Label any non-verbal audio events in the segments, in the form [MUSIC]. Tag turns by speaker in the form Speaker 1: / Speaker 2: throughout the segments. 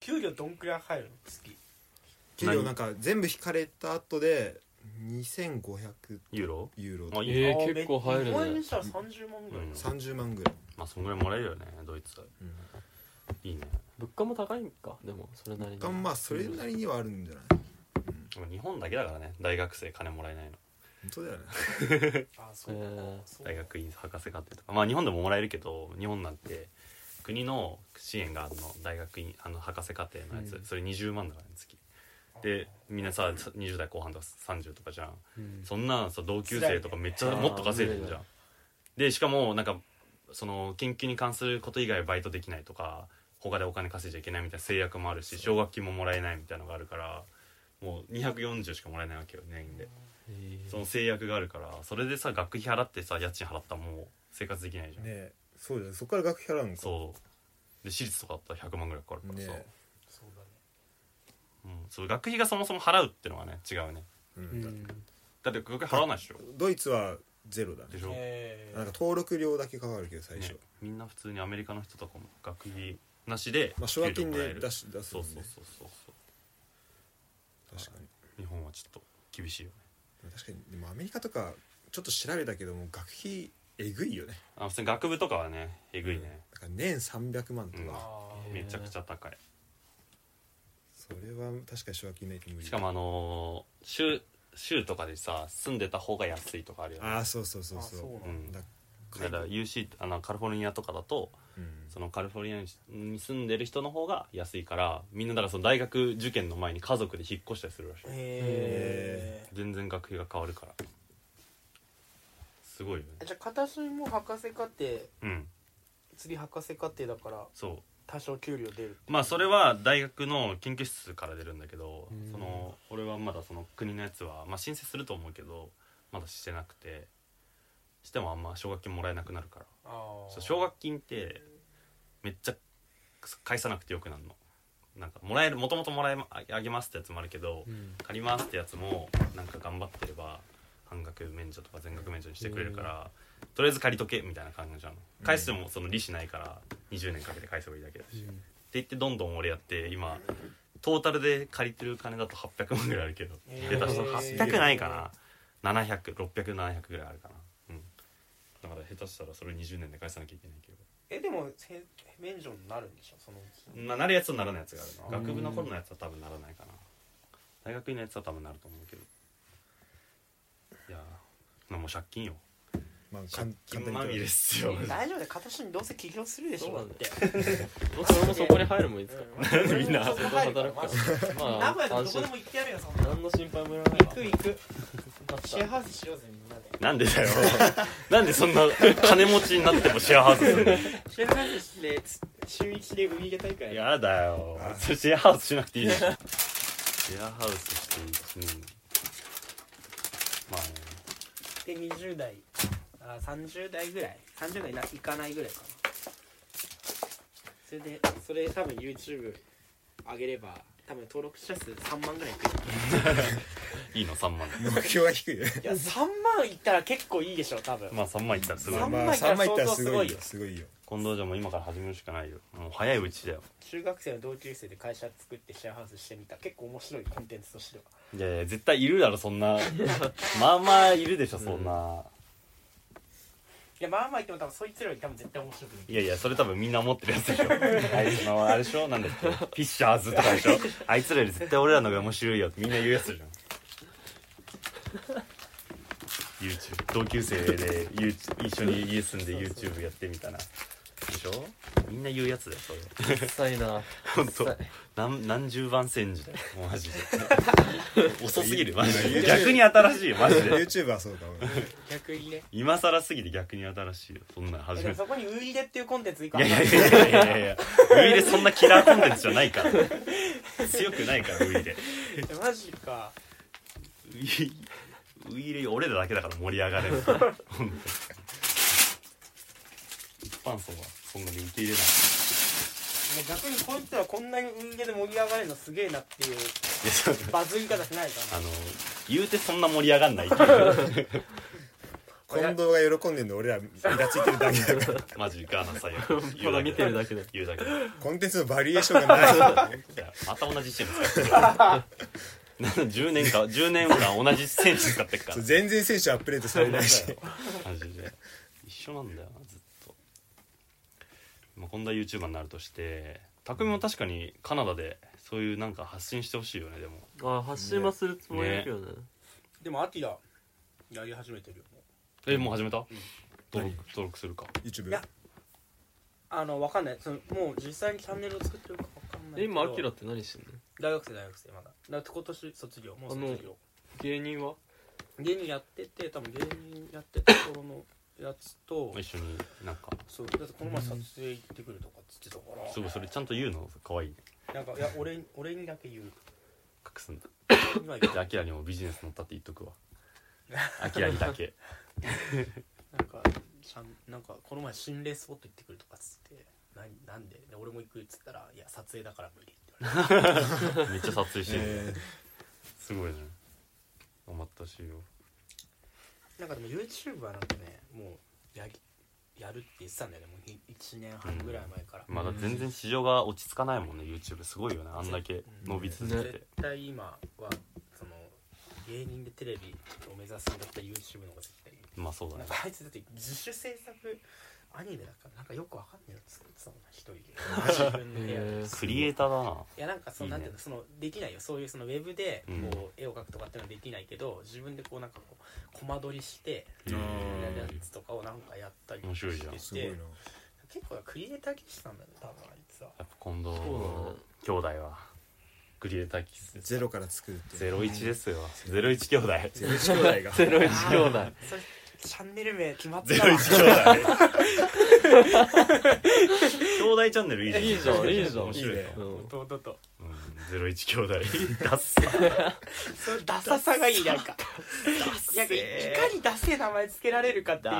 Speaker 1: 給料どんくらい入るの月
Speaker 2: 給料なんか全部引かれた後で2500
Speaker 3: ユーロ
Speaker 2: ユーロ
Speaker 3: あいいね
Speaker 4: えー
Speaker 1: あー
Speaker 4: 結構入るね
Speaker 1: 日本円にしたら30万ぐらい、
Speaker 3: うん
Speaker 2: 30万ぐらい、
Speaker 3: まあそんぐらいもらえるよねドイツ
Speaker 2: うん、
Speaker 3: いいね
Speaker 4: 物価も高いんかでもそれなりに
Speaker 2: がまあそれなりにはあるんじゃない
Speaker 3: でも日本だけだからね大学生金もらえないの
Speaker 2: 本当だよね
Speaker 1: あそうか、
Speaker 4: えー
Speaker 1: そう
Speaker 3: 大学院博士課程とかまあ日本でももらえるけど日本なんて国の支援があるの大学院あの博士課程のやつ、
Speaker 4: うん
Speaker 3: それ20万だからね月でみんなさ20代後半とか30とかじゃん
Speaker 4: うん
Speaker 3: そんなさ同級生とかめっちゃもっと稼いでるじゃんでしかもなんかその研究に関すること以外バイトできないとか他でお金稼いじゃいけないみたいな制約もあるし奨学金ももらえないみたいなのがあるからもう240しかもらえないわけよ年で
Speaker 4: えー
Speaker 3: その制約があるからそれでさ学費払ってさ家賃払ったらもう生活できないじゃん、
Speaker 2: ねそうじゃんそこから学費払うのか
Speaker 3: そうで私立とかだったら100万ぐらいかかるから
Speaker 2: ね
Speaker 3: さ、
Speaker 1: そうだね
Speaker 3: うん、そう学費がそもそも払うってのはね違うね
Speaker 2: う
Speaker 4: うんん
Speaker 3: だって学費払わないでしょ
Speaker 2: ドイツはゼロだ
Speaker 3: で
Speaker 2: ね
Speaker 3: しょ、
Speaker 1: え
Speaker 2: なんか登録料だけかかるけど最初、
Speaker 3: ね、みんな普通にアメリカの人とかも学費なしで
Speaker 2: まあ奨学金
Speaker 3: 給料もらえ
Speaker 2: で
Speaker 3: る
Speaker 2: 出し出す
Speaker 3: そ
Speaker 2: も
Speaker 3: うん
Speaker 2: ね
Speaker 3: そうそうそうそう
Speaker 2: 確かに
Speaker 3: 日本はちょっと厳しいよね
Speaker 2: 確かにでもアメリカとかちょっと調べたけども学費えぐいよね
Speaker 3: あ普通に学部とかはねえぐいね、
Speaker 2: だから年300万と
Speaker 3: うん
Speaker 1: ー、
Speaker 2: か、
Speaker 1: あ
Speaker 4: うん
Speaker 3: めちゃくちゃ高い
Speaker 2: それは確かに奨学金ないと無理
Speaker 3: しかもあのー州州とかでさ住んでた方が安いとかあるよね
Speaker 2: ああそうそう
Speaker 1: ー
Speaker 2: そ
Speaker 1: あ
Speaker 2: う
Speaker 1: そう
Speaker 2: そう
Speaker 1: なんだ、
Speaker 3: うん
Speaker 2: だ
Speaker 3: だから UC あのカリフォルニアとかだと
Speaker 2: うん
Speaker 3: そのカリフォルニアに住んでる人の方が安いからみんなだからその大学受験の前に家族で引っ越したりするらしい
Speaker 1: え
Speaker 3: 全然学費が変わるからすごいよね
Speaker 1: じゃあ片隅も博士課程
Speaker 3: うん
Speaker 1: 釣り博士課程だから
Speaker 3: そう
Speaker 1: 多少給料出る
Speaker 3: まあそれは大学の研究室から出るんだけど、
Speaker 4: うん
Speaker 3: その俺はまだその国のやつは、まあ、申請すると思うけどまだしてなくてしてもあんま奨学金もらえなくなるから
Speaker 1: あ
Speaker 3: そう奨学金ってめっちゃ返さなくてよくなるのなんかもらえるもともともらえまあげますってやつもあるけど、
Speaker 4: うん
Speaker 3: 借りますってやつもなんか頑張ってれば半額免除とか全額免除にしてくれるから、とりあえず借りとけみたいな感じなの返してもその利子ないから20年かけて返せばいいだけだし、って言ってどんどん俺やって今トータルで借りてる金だと800万ぐらいあるけど
Speaker 1: え
Speaker 3: 下
Speaker 1: ー
Speaker 3: 手したら800ないかな700600700700ぐらいあるかなうんだから下手したらそれ20年で返さなきゃいけないけど
Speaker 1: えでもへ免除になるんでしょその
Speaker 3: まあなるやつとならないやつがあるな
Speaker 4: うん
Speaker 3: 学部の頃のやつは多分ならないかな大学院のやつは多分なると思うけどいやーもう借金よ
Speaker 2: まあか
Speaker 3: 借
Speaker 2: ん簡単に
Speaker 3: 金まみれっすよ
Speaker 1: 大丈夫だよ片隅どうせ起業するでしょ
Speaker 4: そう
Speaker 1: だ
Speaker 4: な
Speaker 1: っ
Speaker 4: んだ
Speaker 1: て
Speaker 4: どうせ俺もそこに入るもんいつか
Speaker 1: うん
Speaker 3: みんな
Speaker 1: そこ入るから
Speaker 4: 働
Speaker 1: マジで
Speaker 4: まあ
Speaker 1: 名古屋のどこでも行ってやるよそんな
Speaker 4: 何の心配もいらない
Speaker 1: 行く行くシェアハウスしようぜみんなで
Speaker 3: なんでだよなんでそんな金持ちになってもシェアハウスするの
Speaker 1: シェアハウスしてつ週一で海毛大会
Speaker 3: やだよそれシェアハウスしなくていいじゃんシェアハウスして1年まあね
Speaker 1: で20代あ30代ぐらい30代ないかないぐらいかなそれでそれ多分 YouTube 上げれば多分登録者数3万ぐらいいくよ
Speaker 3: いいの3万
Speaker 2: 目標が低いね
Speaker 1: いや3万いったら結構いいでしょ多分
Speaker 3: まあ3万いったらすごい
Speaker 1: 三万
Speaker 2: まあ3枚いったらすごいよすごいよ
Speaker 3: 近藤じゃもう今から始めるしかないよもう早いうちだよ
Speaker 1: 中学生の同級生で会社作ってシェアハウスしてみた結構面白いコンテンツとしてはい
Speaker 3: やいや絶対いるだろそんなまあまあいるでしょそんな、
Speaker 1: いやまあまあ言っても多分そいつらより多分絶対面白くない
Speaker 3: いやいやそれ多分みんな思ってるやつでしょ [LAUGHS] あいつのあれでしょなんだっけフィッシャーズとかでしょあいつらより絶対俺らの方が面白いよってみんな言うやつじゃん YouTube 同級生で YouTube 一緒に家住んで YouTube やってみたらでしょみんな言うやつだよそれ
Speaker 4: くさいな
Speaker 3: 本
Speaker 4: うっ
Speaker 3: 当
Speaker 4: さい
Speaker 3: 何何十番煎じだよもうマジで遅すぎるマジで
Speaker 2: YouTube
Speaker 3: 逆に新しいよマジで
Speaker 2: YouTube はそうかも
Speaker 1: 逆にね
Speaker 3: 今更すぎて逆に新しいよそんなの
Speaker 1: で
Speaker 3: 初め
Speaker 1: も
Speaker 3: て
Speaker 1: そこにウイイレっていうコンテンツい
Speaker 3: い
Speaker 1: か
Speaker 3: や
Speaker 1: ない
Speaker 3: いやいやいやいやウイイレそんなキラーコンテンツじゃない [LAUGHS] から強くないからウイイレ
Speaker 1: マジか
Speaker 3: ウイウイイレ俺らだけだから盛り上がれる本当に一般層はそんなに受け入れない
Speaker 1: ね逆にこいつらこんなにウイイレで盛り上がれるのすげえなっていう
Speaker 3: いやそう
Speaker 1: バズり方しないか
Speaker 3: あの言うてそんな盛り上がんないっていう
Speaker 2: 近藤が喜んでんの俺らイラついてるだけだから
Speaker 3: マジガーナ最悪
Speaker 4: ただ見てるだけで
Speaker 3: 言うだけ
Speaker 2: コンテンツのバリエーションがない
Speaker 3: いやまた同じチーム使ってるなん [LAUGHS] だ10年間10年間同じ選手使ってっから
Speaker 2: そう全然選手アップデートされないし
Speaker 3: マジで一緒なんだよなずっとまあこんな YouTuber になるとして匠も確かにカナダでそういうなんか発信してほしいよねでも
Speaker 4: あ発信はするつもりだけどね
Speaker 1: でもアキラやり始めてるよも
Speaker 3: えもう始めた、登録登録するか
Speaker 2: YouTube
Speaker 1: いやうあのわかんないそのもう実際にチャンネルを作ってるかわかんないけ
Speaker 4: え
Speaker 1: ど
Speaker 4: 今アキラって何してんの
Speaker 1: 大学生大学生まだだって今年卒業もう卒業
Speaker 4: 芸人は
Speaker 1: 芸人やってて多分芸人やってた頃のやつと
Speaker 3: 一緒になんか
Speaker 1: そうだってこの前撮影行ってくるとかっつってたから、
Speaker 3: すごいそれちゃんと言うの可愛い
Speaker 1: なんかいや俺に俺にだけ言う
Speaker 3: 隠すんだ
Speaker 1: 今言う
Speaker 3: じゃあアキラにもビジネス乗ったって言っ
Speaker 2: [LAUGHS]
Speaker 3: とくわアキラにだけ
Speaker 1: なんかちゃんなんかこの前心霊スポット行ってくるとかっつって何なんでで俺も行くっつったらいや撮影だから無理って言われて
Speaker 3: めっちゃ撮影してる、
Speaker 2: え
Speaker 3: すごいね頑張ったしいよ
Speaker 1: なんかでも YouTube はなんかねもうやりやるって言ってたんだよねもう1年半ぐらい前から、
Speaker 3: まだ全然市場が落ち着かないもんね YouTube すごいよねあんだけ伸び続けて、
Speaker 1: 絶対今はその芸人でテレビを目指すんだったら YouTube の方が絶対いい
Speaker 3: まあそうだ
Speaker 1: な
Speaker 3: ね
Speaker 1: んかあいつだって自主制作アニメだからなんかよくわかんないの作ってたもんな一
Speaker 3: [LAUGHS]
Speaker 1: 人で自分の部屋で
Speaker 4: へー
Speaker 3: クリエイターだない
Speaker 1: やなんかそ
Speaker 3: い
Speaker 1: の
Speaker 3: いね
Speaker 1: なんていうのそのできないよそういうそのウェブで
Speaker 3: うん
Speaker 1: こう絵を描くとかっていうのはできないけど自分でこうなんかこうコマ撮りして
Speaker 3: へー
Speaker 1: やるやつとかをなんかやったり
Speaker 3: 面白いじゃん
Speaker 2: ー
Speaker 1: し
Speaker 2: す
Speaker 1: て
Speaker 2: ごい
Speaker 1: て
Speaker 2: な
Speaker 1: 結構クリエイター気質なんだね多分あいつは
Speaker 3: やっぱ近藤
Speaker 4: そう
Speaker 3: 兄弟はクリエイターキス
Speaker 2: ゼロから作るって
Speaker 3: ゼロ一ですよゼロ一 [LAUGHS] 兄弟
Speaker 2: ゼロ一兄弟が
Speaker 4: ゼロ一兄弟
Speaker 1: それチャンネル名決まった
Speaker 3: ゼ
Speaker 1: わ
Speaker 3: ロ一兄弟兄弟チャンネルいいじゃん
Speaker 4: いいじゃんいいじゃん
Speaker 3: 面白いよ
Speaker 2: いいね
Speaker 4: うん
Speaker 1: 弟と
Speaker 3: うんゼロ一兄弟ダッサ
Speaker 1: それダサさがいいなんかなんかいかにダセえ名前つけられるかっていう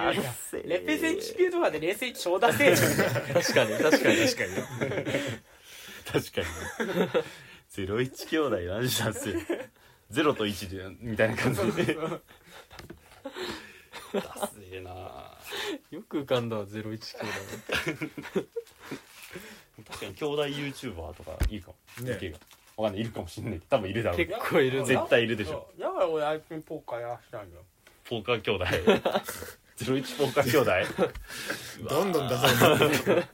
Speaker 1: レペゼン地球とかで冷静に超ダセえじゃん
Speaker 4: 確かに確かに
Speaker 2: 確かに
Speaker 3: [LAUGHS] 確かにゼロ一兄弟何したんすよゼロと一でみたいな感じでダッセえな
Speaker 4: よく浮かんだわゼロ一兄弟
Speaker 3: 確かに兄弟 YouTuber とかいいかも
Speaker 2: ね
Speaker 3: 意見がわかんないいるかもしんないけど多分いるだろうけど
Speaker 4: 結構いるぜ
Speaker 3: 絶対いるでしょ
Speaker 1: だから俺アイピンポーカーやらしたんだよ
Speaker 3: ポーカー兄弟ゼロ一ポーカー兄弟
Speaker 2: どんどん出されてる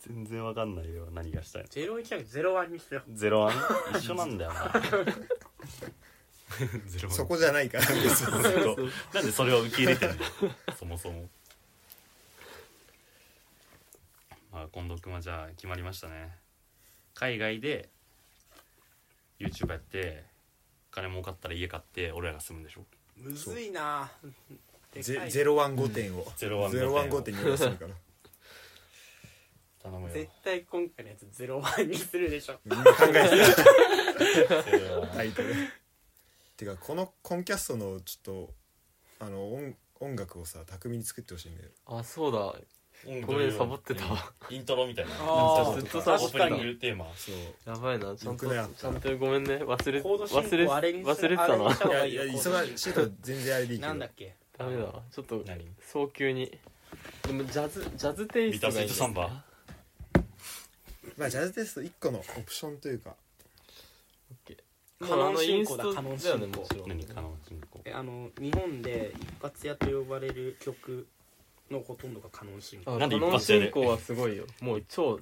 Speaker 3: 全然わかんないよ何がしたいの
Speaker 1: ゼロ一じゃなくてゼロワンにしてよ
Speaker 3: ゼロワン一緒なんだよな [LAUGHS] ゼロワン
Speaker 2: そこじゃないから別に
Speaker 3: そうなんでそれを受け入れて
Speaker 2: [LAUGHS]
Speaker 3: るのそもそもまあ近藤君はじゃあ決まりましたね海外で YouTube やって金儲かったら家買って俺らが住むんでしょ
Speaker 1: むずいなでか
Speaker 2: ゼ
Speaker 1: い
Speaker 2: ゼロワン五点を
Speaker 3: ゼロワン
Speaker 2: ゼロワン五点に出するから
Speaker 3: 頼む
Speaker 1: 絶対今回のやつゼロワンにするでしょ
Speaker 2: みんな考えてるタイトルてかこのコンキャストのちょっとあの音音楽をさ巧みに作ってほしいんだよ
Speaker 4: あそうだ [LAUGHS] ごめんサボってたわ
Speaker 3: イントロみたいな
Speaker 1: あ
Speaker 4: ー
Speaker 3: ずっと
Speaker 4: 確かに
Speaker 3: オープニングテーマ
Speaker 2: そう
Speaker 4: やばいなちゃんと
Speaker 2: よくない
Speaker 4: ちゃんとごめんね忘れ
Speaker 1: コード進
Speaker 4: 忘れ
Speaker 1: 行あれにす
Speaker 4: 忘
Speaker 1: る
Speaker 4: れてた
Speaker 1: あれに
Speaker 4: な
Speaker 1: した
Speaker 2: い
Speaker 1: 方が
Speaker 2: や
Speaker 1: い
Speaker 2: い
Speaker 1: い
Speaker 2: や
Speaker 1: よ
Speaker 2: 忙しいと全然あれでいいけど
Speaker 1: なんだっけ
Speaker 4: ダメだわちょっと
Speaker 3: 何
Speaker 4: 早急にでもジャズジャズテイ
Speaker 3: ビ
Speaker 4: ス
Speaker 3: タ
Speaker 4: ト
Speaker 3: スイ
Speaker 4: がい
Speaker 3: ー
Speaker 4: い
Speaker 3: トサンバ
Speaker 2: まあジャズテスト1個のオプションというか
Speaker 1: カノン進行だ
Speaker 4: もうあ
Speaker 1: カノン
Speaker 4: のインストだ
Speaker 1: 進
Speaker 4: よねも
Speaker 1: 行
Speaker 4: ちろん
Speaker 3: 何かの進行
Speaker 1: えあの日本で一発屋と呼ばれる曲のほとんどがカノン進行
Speaker 4: あ
Speaker 3: なんで
Speaker 4: カ
Speaker 3: 一
Speaker 4: ノン
Speaker 3: 発や
Speaker 4: 進
Speaker 3: る
Speaker 4: 行はすごいよもう超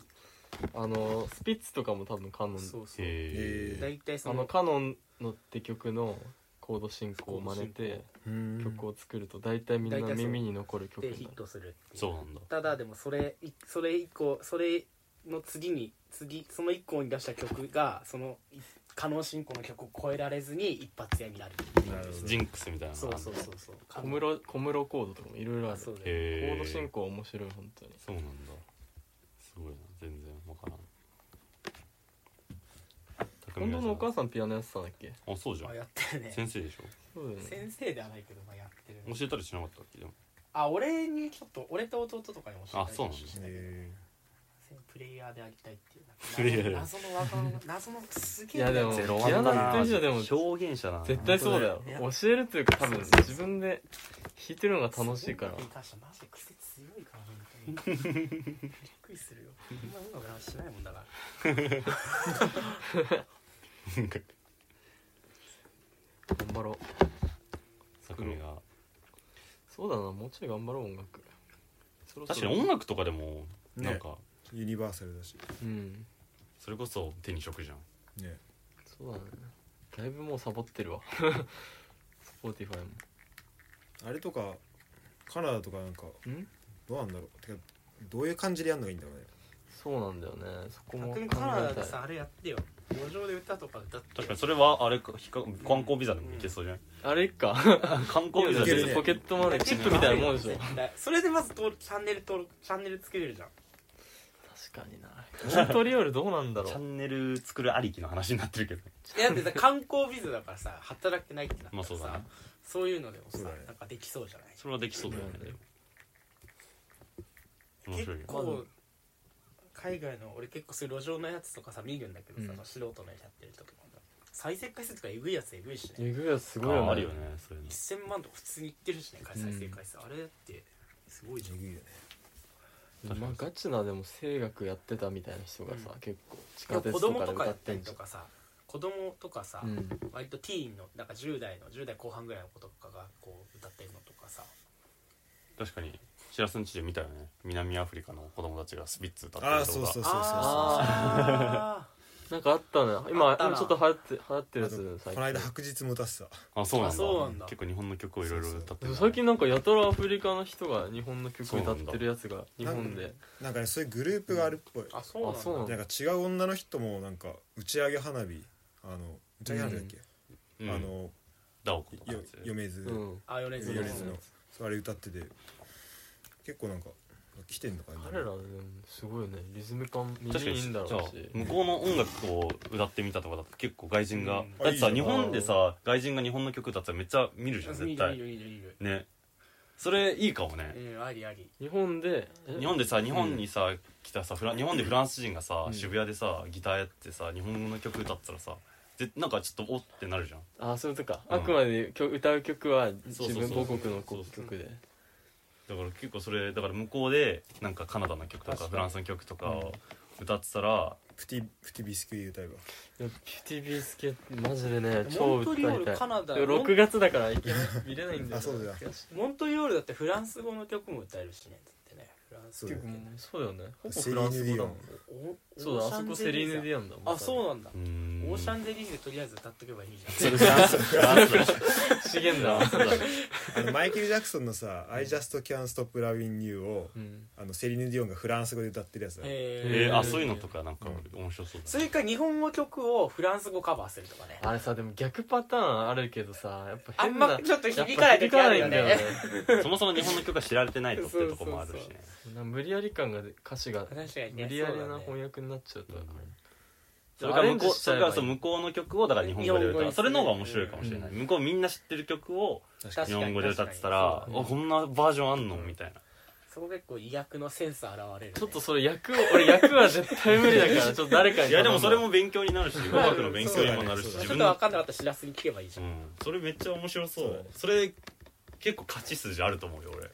Speaker 4: あのスピッツとかも多分カノン
Speaker 1: そうそう
Speaker 3: へえ
Speaker 1: 大体そ
Speaker 4: あの
Speaker 1: の
Speaker 4: カノンのって曲のコード進行を真似て
Speaker 2: うん
Speaker 4: 曲を作ると大体みんな耳に残る曲
Speaker 1: で
Speaker 4: に
Speaker 1: ヒッ
Speaker 4: なる
Speaker 1: トするっていう
Speaker 3: そうなんだ
Speaker 1: ただでもそれいそれ以降それの次に次その一個に出した曲がそのいカノン進行の曲を超えられずに一発屋になる
Speaker 2: なるほど
Speaker 3: ジンクスみたいな
Speaker 1: そうそう
Speaker 3: う
Speaker 1: そうそうカ
Speaker 4: 小
Speaker 1: ノン
Speaker 4: 室小室コードとかもいろいろある
Speaker 1: そうだよ
Speaker 4: コ
Speaker 3: へえ
Speaker 4: ード進行は面白い本当に
Speaker 3: そうなんだすごいな全然わからん
Speaker 4: 近藤のお母
Speaker 3: さ
Speaker 4: さんピアノやってたんだっけ
Speaker 3: んあそうじゃん
Speaker 1: まあやってるね
Speaker 3: 先生でし
Speaker 4: そうだよね
Speaker 1: 先生ではないけどまあやってるね
Speaker 3: ょ教えたりしなかったっけでも
Speaker 1: あ俺にちょっと俺と弟とかに教えて
Speaker 3: あそうなんだ
Speaker 2: え
Speaker 1: ププレイヤーでありたいっていうなんか
Speaker 3: プレイヤーで
Speaker 1: 謎の謎の若者謎のすげえ
Speaker 4: いやでも
Speaker 1: なんか
Speaker 3: ゼロワンだな
Speaker 4: ピアノ一人じゃでも
Speaker 3: 表現者だな
Speaker 4: 絶対そうだよ
Speaker 1: いや
Speaker 4: 教えるというか多分自分で弾いてるのが楽しいから
Speaker 1: 音楽に関してはマジで癖強いから本当にびっくりするよこんな音楽の話しないもんだから
Speaker 4: 頑張ろう
Speaker 3: 作品が
Speaker 4: そうだなもうちょい頑張ろう音楽そろそ
Speaker 3: 確か
Speaker 4: ろ
Speaker 3: に音楽とかでも
Speaker 2: ね
Speaker 3: なんか
Speaker 2: ユニバーサルだし
Speaker 4: うん
Speaker 3: それこそ手に職じゃん
Speaker 2: ね
Speaker 4: そうだねだいぶもうサボってるわ Spotify
Speaker 2: あれとかカナダとかなんか
Speaker 4: もん
Speaker 2: どうなんだろうてかどういう感じでやるのがいいんだろうね
Speaker 4: そうなんだよねそこも考
Speaker 1: 匠
Speaker 4: え
Speaker 1: カナダ
Speaker 4: た
Speaker 1: で
Speaker 4: い
Speaker 1: さあれやってよ路上で歌とか歌って
Speaker 3: 確かにそれはあれかひか観光ビザでもいけそうじゃ
Speaker 4: あれか
Speaker 3: ない観光ビザ
Speaker 2: いける
Speaker 3: で
Speaker 2: ね
Speaker 4: ポケットマネーチップみたいなもんでしょ
Speaker 1: 絶対それでまず登録チャンネル登録チャンネル作れるじゃん
Speaker 4: 確かになモントリオールどうなんだろ
Speaker 3: チャ
Speaker 4: う
Speaker 3: ンネル作るありきの話になってるけどね
Speaker 1: いやだってさ観光ビザだからさ働けないってなったら
Speaker 3: まあ
Speaker 1: さ、
Speaker 3: そうだな
Speaker 1: そういうのでもさ、
Speaker 2: そうだね
Speaker 1: なんかできそうじゃない
Speaker 3: それはできそうだよねでも面白い
Speaker 1: 結
Speaker 3: よ
Speaker 1: 構海外の俺結構そういう路上のやつとかさ見るんだけどさ、
Speaker 4: うん
Speaker 1: 素人のやつやってるとかも再生回数とかえぐいやつえぐいしね
Speaker 4: えぐいやつすごい
Speaker 3: あ
Speaker 4: よ
Speaker 3: あるよ
Speaker 4: ね
Speaker 3: ねそういうの
Speaker 1: 1000万とか普通にいってるしね再生回数、あれだってすごいじゃん
Speaker 2: いよね
Speaker 3: 確か
Speaker 4: まあ
Speaker 3: に
Speaker 4: ガチなでも声楽やってたみたいな人がさ
Speaker 1: うん
Speaker 4: 結構地下
Speaker 1: でも
Speaker 4: 鉄
Speaker 1: 子
Speaker 4: と
Speaker 1: 供
Speaker 4: かで
Speaker 1: とか
Speaker 4: 歌
Speaker 1: や
Speaker 4: っ
Speaker 1: った
Speaker 4: て
Speaker 1: り
Speaker 4: んじ
Speaker 1: と
Speaker 4: ゃん
Speaker 1: かさ子供とかさ、
Speaker 4: うん
Speaker 1: 割とティーンのなんか10代の10代後半ぐらいの子とかがこう歌ってるのとかさ
Speaker 3: 確かにシラスの地で見たよね南アフリカの子供たちがスピッツ歌ってる
Speaker 2: ああ
Speaker 3: とこ
Speaker 2: そう
Speaker 3: が
Speaker 2: そうそうそうそう
Speaker 1: あ
Speaker 4: なんかあったね
Speaker 1: あ
Speaker 4: 今
Speaker 1: ったな
Speaker 4: 今ちょっと流行って流行ってる
Speaker 2: あ
Speaker 4: やつだよね
Speaker 2: と
Speaker 4: 最
Speaker 2: この間
Speaker 4: 近
Speaker 2: 白日も歌ってた
Speaker 3: あそうなん
Speaker 1: あ
Speaker 3: だ
Speaker 1: そうなんだ
Speaker 3: 結構日本の曲をいろいろ歌って
Speaker 4: で
Speaker 3: る
Speaker 4: も
Speaker 3: ね
Speaker 4: 最近なんかやたらアフリカの人が日本の曲歌ってるやつが日
Speaker 2: なんだ
Speaker 4: 本で
Speaker 2: なんかねそういうグループがあるっぽい、
Speaker 1: ーあそうなんだ
Speaker 4: あそうなんだ
Speaker 2: なんか違う女の人もなんか打ち上げ花火あの打ち上げ花火だっけ、
Speaker 3: うん
Speaker 2: あの
Speaker 3: ダオコとかの
Speaker 2: よ
Speaker 3: やつ
Speaker 2: 米津、
Speaker 4: うん
Speaker 1: あ米津
Speaker 2: 米
Speaker 1: の
Speaker 2: 津のそうあれ歌ってて結構なんか来てんのかな
Speaker 4: 彼らでもすごいよねリズム感
Speaker 3: 確か
Speaker 4: 耳
Speaker 3: に
Speaker 4: いいんだろう
Speaker 3: じゃあ
Speaker 4: し
Speaker 3: 向こうの音楽を歌ってみたとかだと結構外人が、
Speaker 1: うん
Speaker 3: だってさ
Speaker 2: あいい
Speaker 3: 日
Speaker 2: じゃん
Speaker 3: 本でさ外人が日本の曲歌ってたらめっちゃ見るじゃん絶
Speaker 1: い
Speaker 3: 対
Speaker 1: るいるいるいる
Speaker 3: ねそれいいかもね、
Speaker 1: いるうんありあり
Speaker 4: 日本でえ
Speaker 3: 日本でさ日本にさ、来たさフラン日本でフランス人がさ、
Speaker 4: うん
Speaker 3: 渋谷でさギターやってさ日本語の曲歌ってたらさぜなんかちょっとおってなるじゃん
Speaker 4: あそういうことか
Speaker 3: うん
Speaker 4: あくまで曲歌う曲は
Speaker 3: そう
Speaker 4: 自
Speaker 3: そうそう
Speaker 4: 分母国の
Speaker 3: そう
Speaker 4: 国
Speaker 3: そう
Speaker 4: 曲で
Speaker 3: だから結構それだから向こうでなんかカナダの曲と
Speaker 1: 確か
Speaker 3: か
Speaker 1: に
Speaker 3: フランスの曲とかを歌ってたら、
Speaker 2: プティプティビスキュイ歌えば
Speaker 4: いやピューティビースケマジでね超
Speaker 1: モン
Speaker 4: 歌
Speaker 1: ト
Speaker 4: い
Speaker 1: リオール
Speaker 4: たい
Speaker 1: カナダ
Speaker 4: でも
Speaker 1: モン
Speaker 4: 6月だからいけない見れないんだよ
Speaker 2: あそうだ
Speaker 4: 悔しい
Speaker 1: モントリオールだってフランス語の曲も歌えるしねだってねフランス
Speaker 2: そうだよ
Speaker 1: 曲ね
Speaker 4: そうだよねほぼ
Speaker 2: セ
Speaker 4: フ
Speaker 2: リー
Speaker 4: ラン
Speaker 2: ヌ
Speaker 4: ス
Speaker 2: デ
Speaker 4: 語
Speaker 2: ィ
Speaker 4: だ
Speaker 2: オ
Speaker 4: も
Speaker 2: ン
Speaker 4: ん
Speaker 1: お
Speaker 4: そうだあそこセリーヌ・デ
Speaker 1: ィ
Speaker 4: ィアンだもん
Speaker 1: あそうなんだ
Speaker 3: うーん
Speaker 1: オーシャンゼリーゼとりあえず歌っとけばいいじゃん
Speaker 2: それフランス
Speaker 4: 資源だわ
Speaker 2: [LAUGHS] あのマイケル・ジャクソンのさ「I just can't stop loving you を」
Speaker 4: うん
Speaker 2: あのセリーヌ・ディオンがフランス語で歌ってるやつだ
Speaker 1: え
Speaker 3: え
Speaker 1: ー
Speaker 3: ーあそういうのとかなんか面白そう
Speaker 1: そ
Speaker 3: だね
Speaker 1: れか日本語曲をフランス語カバーするとかね
Speaker 4: あれさでも逆パターンあるけどさやっぱ
Speaker 1: あ
Speaker 4: 変
Speaker 1: ん
Speaker 4: な
Speaker 1: まちょっと
Speaker 4: やっ
Speaker 1: 響かな
Speaker 4: ぱ
Speaker 1: い
Speaker 4: 響
Speaker 1: 時あ
Speaker 4: かな
Speaker 1: る
Speaker 4: い
Speaker 1: よ
Speaker 4: んだよ
Speaker 1: ね
Speaker 4: ね
Speaker 3: そもそも日本の曲が知られてないとっていうとこもあるしね
Speaker 1: そうそう
Speaker 4: な無理やり感がで歌詞が
Speaker 1: 確かに [LAUGHS] ね
Speaker 4: 無理やり
Speaker 1: そうだ
Speaker 4: な
Speaker 1: ね
Speaker 4: 翻訳になっちゃうと
Speaker 3: うんそ
Speaker 4: じゃ
Speaker 3: れ
Speaker 4: あア
Speaker 3: か
Speaker 4: レ
Speaker 3: 向
Speaker 4: ン
Speaker 3: こ
Speaker 4: ジ
Speaker 3: う
Speaker 4: しち
Speaker 3: そ
Speaker 4: ゃ
Speaker 3: れ
Speaker 4: え
Speaker 3: か
Speaker 4: ば
Speaker 3: らそう
Speaker 4: いい
Speaker 3: 向こうの曲をだから日本語で
Speaker 1: 日本語
Speaker 3: 歌
Speaker 1: に
Speaker 3: うそれの方が面白いかもしれない、
Speaker 4: う
Speaker 3: 向こうみんな知ってる曲を
Speaker 2: 確
Speaker 1: 確
Speaker 3: 日
Speaker 1: かに
Speaker 3: 本語で歌ってた
Speaker 1: 確
Speaker 3: ら
Speaker 1: か
Speaker 3: 「
Speaker 1: に
Speaker 3: あこんなバージョンあんの?」みたいな
Speaker 1: そこ結構意訳のセンス現れるね
Speaker 4: ちょっとそれ役を俺役は絶対無
Speaker 3: [LAUGHS]
Speaker 4: 理だからちょっと誰かに
Speaker 3: いやでもそれ
Speaker 4: も
Speaker 3: も勉強になるし語学の勉強にもなる
Speaker 2: そ
Speaker 3: し
Speaker 2: う
Speaker 1: ち
Speaker 2: だね
Speaker 3: 自
Speaker 1: ょっ
Speaker 3: 分
Speaker 1: と
Speaker 3: の
Speaker 1: 分、かんなかったらしらすに聞けばいいじ
Speaker 3: う
Speaker 1: ゃん、
Speaker 3: ん、それめっちゃ面白そう
Speaker 2: そうだね
Speaker 3: それ結構勝ち筋あると思うよ俺、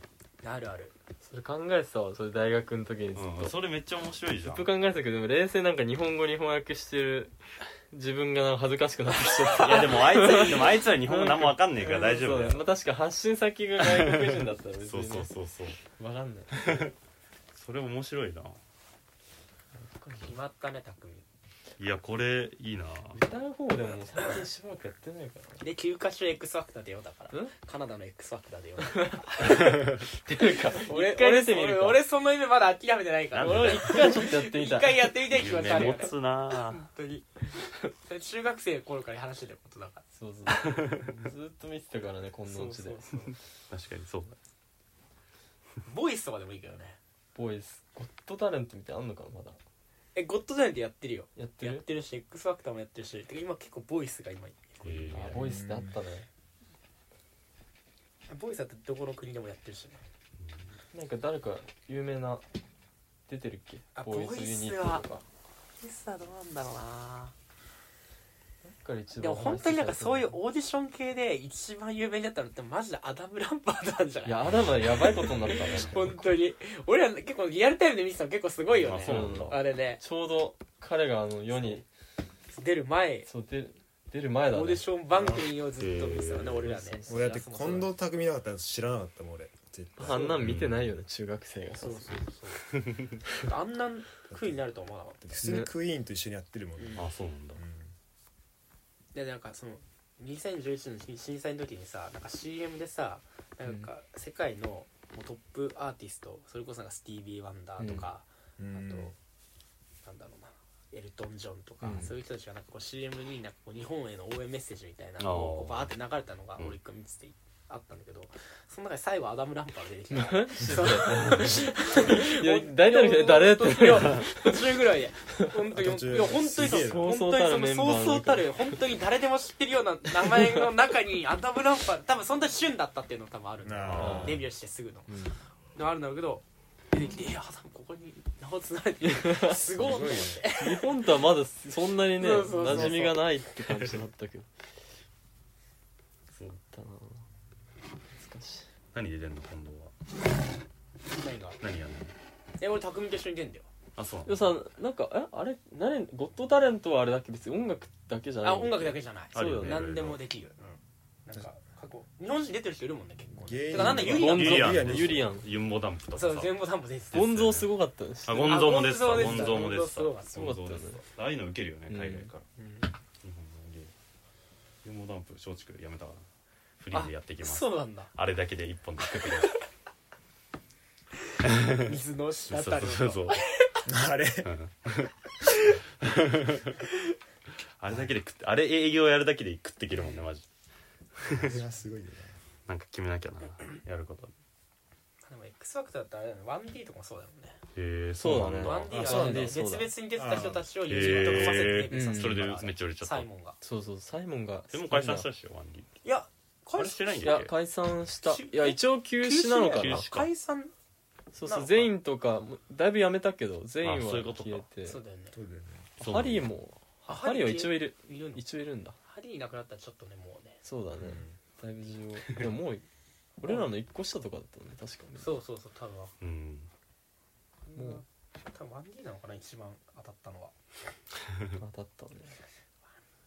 Speaker 1: あるある
Speaker 4: それ考えてたわそれ大学の時にずっ
Speaker 3: うん、
Speaker 4: とず
Speaker 3: それめっちゃ面白いじゃ
Speaker 4: っ
Speaker 3: ん
Speaker 4: と考えてたけどでも冷静になんか日本語に翻訳してる
Speaker 3: [LAUGHS]
Speaker 4: 自分がなんか恥ずかしくなってきちゃった
Speaker 3: いやでもあいつでもあいつら日本語何もわかんねえから大丈夫だ
Speaker 4: そう
Speaker 3: よ
Speaker 4: まあ確か発信先が外国人だったら
Speaker 3: [LAUGHS]
Speaker 4: 別
Speaker 3: そう
Speaker 4: に
Speaker 3: そうそうそう
Speaker 4: 分かんない
Speaker 3: それ面白いな
Speaker 1: 決まったね匠
Speaker 3: いやこれいいな
Speaker 4: 歌う方でも最近しばらくやってないからな
Speaker 1: で9箇所 X ファクター出ようだから
Speaker 4: ん
Speaker 1: カナダの X ファクター出よう
Speaker 4: っていうか
Speaker 1: 俺
Speaker 4: [LAUGHS] 一回
Speaker 1: 俺
Speaker 4: 出てみるか
Speaker 1: 俺俺その夢まだ諦めてないから
Speaker 3: なんで
Speaker 1: 俺
Speaker 3: だよ
Speaker 4: 一回ちょっとやってみ
Speaker 1: 一
Speaker 4: たい
Speaker 1: 回やってみたい気持ちあ
Speaker 3: 夢
Speaker 1: るよ
Speaker 3: 持
Speaker 1: ね
Speaker 3: つな
Speaker 1: 本当にそれ中学生の頃から話してたことだから
Speaker 4: そうそうずーっと見てたからねこんな
Speaker 1: そう
Speaker 4: うち
Speaker 1: そ
Speaker 4: で
Speaker 1: うそう
Speaker 3: 確かにそう
Speaker 1: ボイスとかでもいいけどね
Speaker 4: ボイスゴッドタレントみたいなのあんのかなまだ
Speaker 1: えゴッドタレントやってるよ
Speaker 4: やって
Speaker 1: やっ
Speaker 4: る
Speaker 1: てるし X ファクターもやってるしてか今結構ボイスが今
Speaker 3: だへえ
Speaker 4: あボイスってあったね
Speaker 1: ボイスだってどこの国でもやってるしね
Speaker 4: なんか誰か有名な出てるっけ
Speaker 1: あ
Speaker 4: ボーイズユニットとかどっ
Speaker 1: テスはどうなんだろうな
Speaker 4: から一番
Speaker 1: でも本当になんかそういう
Speaker 4: 話
Speaker 1: オーディション系で一番有名になったのってマジでアダム・ランパートなんじゃ
Speaker 4: さ
Speaker 1: ない
Speaker 4: れたの
Speaker 1: い
Speaker 4: やアダムはやばいことになったね
Speaker 1: 本当に俺ら結構リアルタイムで見てたの結構すごいよ
Speaker 3: あ
Speaker 1: ね
Speaker 3: そうなんだ
Speaker 1: あれね
Speaker 4: ちょうど彼があの世に
Speaker 1: 出る前
Speaker 4: そう出る出る前だ
Speaker 1: オーデ
Speaker 4: ね
Speaker 1: ィション番組をずっと見てたよね
Speaker 3: へー
Speaker 1: 俺らね
Speaker 4: そう
Speaker 2: 俺だって近藤匠なかったら知らなかったもん俺絶対
Speaker 4: あんなん見てないよね中学生が
Speaker 1: そうそうそうあんなクイになるとは思わなかっ
Speaker 2: 普通にクイーンと一緒にやってるもんね
Speaker 3: あそうなんだ
Speaker 1: たでなんかその2011年の震災の時にさなんか CM でさなんか世界のもうトップアーティストそれこそなんかスティービー・ワンダーとか、
Speaker 2: うんうん
Speaker 1: あとなんだろうなエルトン・ジョンとか、
Speaker 4: うん
Speaker 1: そういう人たちがなんかこう CM になんかこう日本への応援メッセージみたいな
Speaker 3: あー
Speaker 1: のをこうバーって流れたのが
Speaker 3: うん
Speaker 1: 俺一回見ててあったんだけど、その中で最後アダム・ランパーが出てきた
Speaker 4: いや大体の人誰って
Speaker 1: 本当に途中ぐらいで本当に
Speaker 2: 途中
Speaker 1: いや本当に
Speaker 2: すげえ
Speaker 1: そ
Speaker 2: な
Speaker 1: う本当にそのそうそうたる本当に誰でも知ってるような名前の中にアダム・ランパー多分そんな旬だったっていうの多分あるんだよ
Speaker 2: な
Speaker 3: あ
Speaker 1: デビューしてすぐの
Speaker 4: うん
Speaker 1: のあるんだろうけど出てきて「いや多分ここに名を連ねてるすごい」と思って
Speaker 4: [LAUGHS] 日本とはまだそんなにね
Speaker 1: そうそうそうそう
Speaker 4: 馴染みがないって感じだったけど
Speaker 3: そう
Speaker 4: だな難しい
Speaker 3: 何出てんの今度は
Speaker 1: 何が
Speaker 3: 何やるの
Speaker 1: え俺匠と一緒に出んだよ
Speaker 3: あそうなん
Speaker 4: でもさなんかえあれ何ゴッドタレントはあれだっけ別に音楽だけじゃない
Speaker 1: あ音楽だけじゃない
Speaker 3: あるよね
Speaker 1: 何でもできるうんなんか過去日本人出てる人いるもんね結構てかなんだ
Speaker 2: 芸
Speaker 1: ユ
Speaker 2: 人
Speaker 1: リアも
Speaker 4: ボンゾ
Speaker 3: ユリアン
Speaker 4: ユリアン
Speaker 3: ユンボダンプとかさ
Speaker 1: そう全部三部出てた
Speaker 4: ボンゾーすごかったね
Speaker 3: あゴンゾーも出て
Speaker 1: あ
Speaker 3: たゴ
Speaker 1: ゴン
Speaker 3: ン
Speaker 1: ゾ
Speaker 3: ゾ
Speaker 1: ー
Speaker 3: ー
Speaker 1: も
Speaker 3: も
Speaker 1: 出
Speaker 3: 出
Speaker 1: てた
Speaker 3: てたゴンゾー
Speaker 4: ゴンゾーすごかったね
Speaker 3: 出てたああいうの受けるよね
Speaker 4: うん
Speaker 3: 海外から
Speaker 1: うん
Speaker 3: 日本の芸ユンボダンプ松竹やめたからフリーでやっていきます
Speaker 1: そうなんだ
Speaker 3: あれだけで一本で作ってくれ
Speaker 1: 水の滴
Speaker 3: るそう
Speaker 1: り
Speaker 3: そうそう
Speaker 2: [LAUGHS] あれ
Speaker 3: あれだけで食ってあれ営業やるだけで食ってきるもんねマジ
Speaker 2: いやすごいよ
Speaker 3: なんか決めなきゃなやること
Speaker 1: でも X ファクターってあれだよね 1D とかもそうだもんね
Speaker 3: へえ
Speaker 4: そうだね
Speaker 3: なん
Speaker 1: 1D
Speaker 4: あ
Speaker 1: が
Speaker 4: そ
Speaker 1: あ
Speaker 4: う
Speaker 1: れ
Speaker 4: だ
Speaker 1: で
Speaker 4: ね
Speaker 1: 別々に出てた人たちを
Speaker 3: へ
Speaker 1: YouTube と組ませてデビューさ
Speaker 3: え
Speaker 1: せ
Speaker 3: それ
Speaker 1: て
Speaker 3: で
Speaker 1: るから
Speaker 3: めっちゃ売れちゃった
Speaker 1: サイ
Speaker 3: で
Speaker 1: モンが
Speaker 4: そうそうサイモンが
Speaker 3: も解散したでしょワンリ
Speaker 1: いや
Speaker 3: ーあ
Speaker 1: 解
Speaker 3: れしてないん
Speaker 4: い
Speaker 3: だ
Speaker 4: や
Speaker 3: っけ
Speaker 4: 解散した
Speaker 1: 休
Speaker 4: いや一応休止なのか
Speaker 3: 休
Speaker 4: な
Speaker 3: 止か
Speaker 1: 解散
Speaker 4: そう
Speaker 1: な
Speaker 4: そ
Speaker 1: の
Speaker 4: う
Speaker 1: か
Speaker 4: 全員とかもだいぶやめたけど全員
Speaker 3: あ
Speaker 4: は
Speaker 3: そういうことか
Speaker 4: 消えて
Speaker 1: そうだよね
Speaker 2: そうだよね
Speaker 3: そう
Speaker 4: ハリーも
Speaker 1: あ
Speaker 4: ハリーは一応いる
Speaker 1: いるの
Speaker 4: 一応いるんだ
Speaker 1: ハリーいなくなったらちょっとねもうね
Speaker 4: そうだねだいぶ重要でももう俺らの一個下とかだったね確かに
Speaker 1: そうそうそう多分
Speaker 3: うん
Speaker 4: もう
Speaker 1: 多分 1D なのかな一番当たったのは
Speaker 4: 当たったね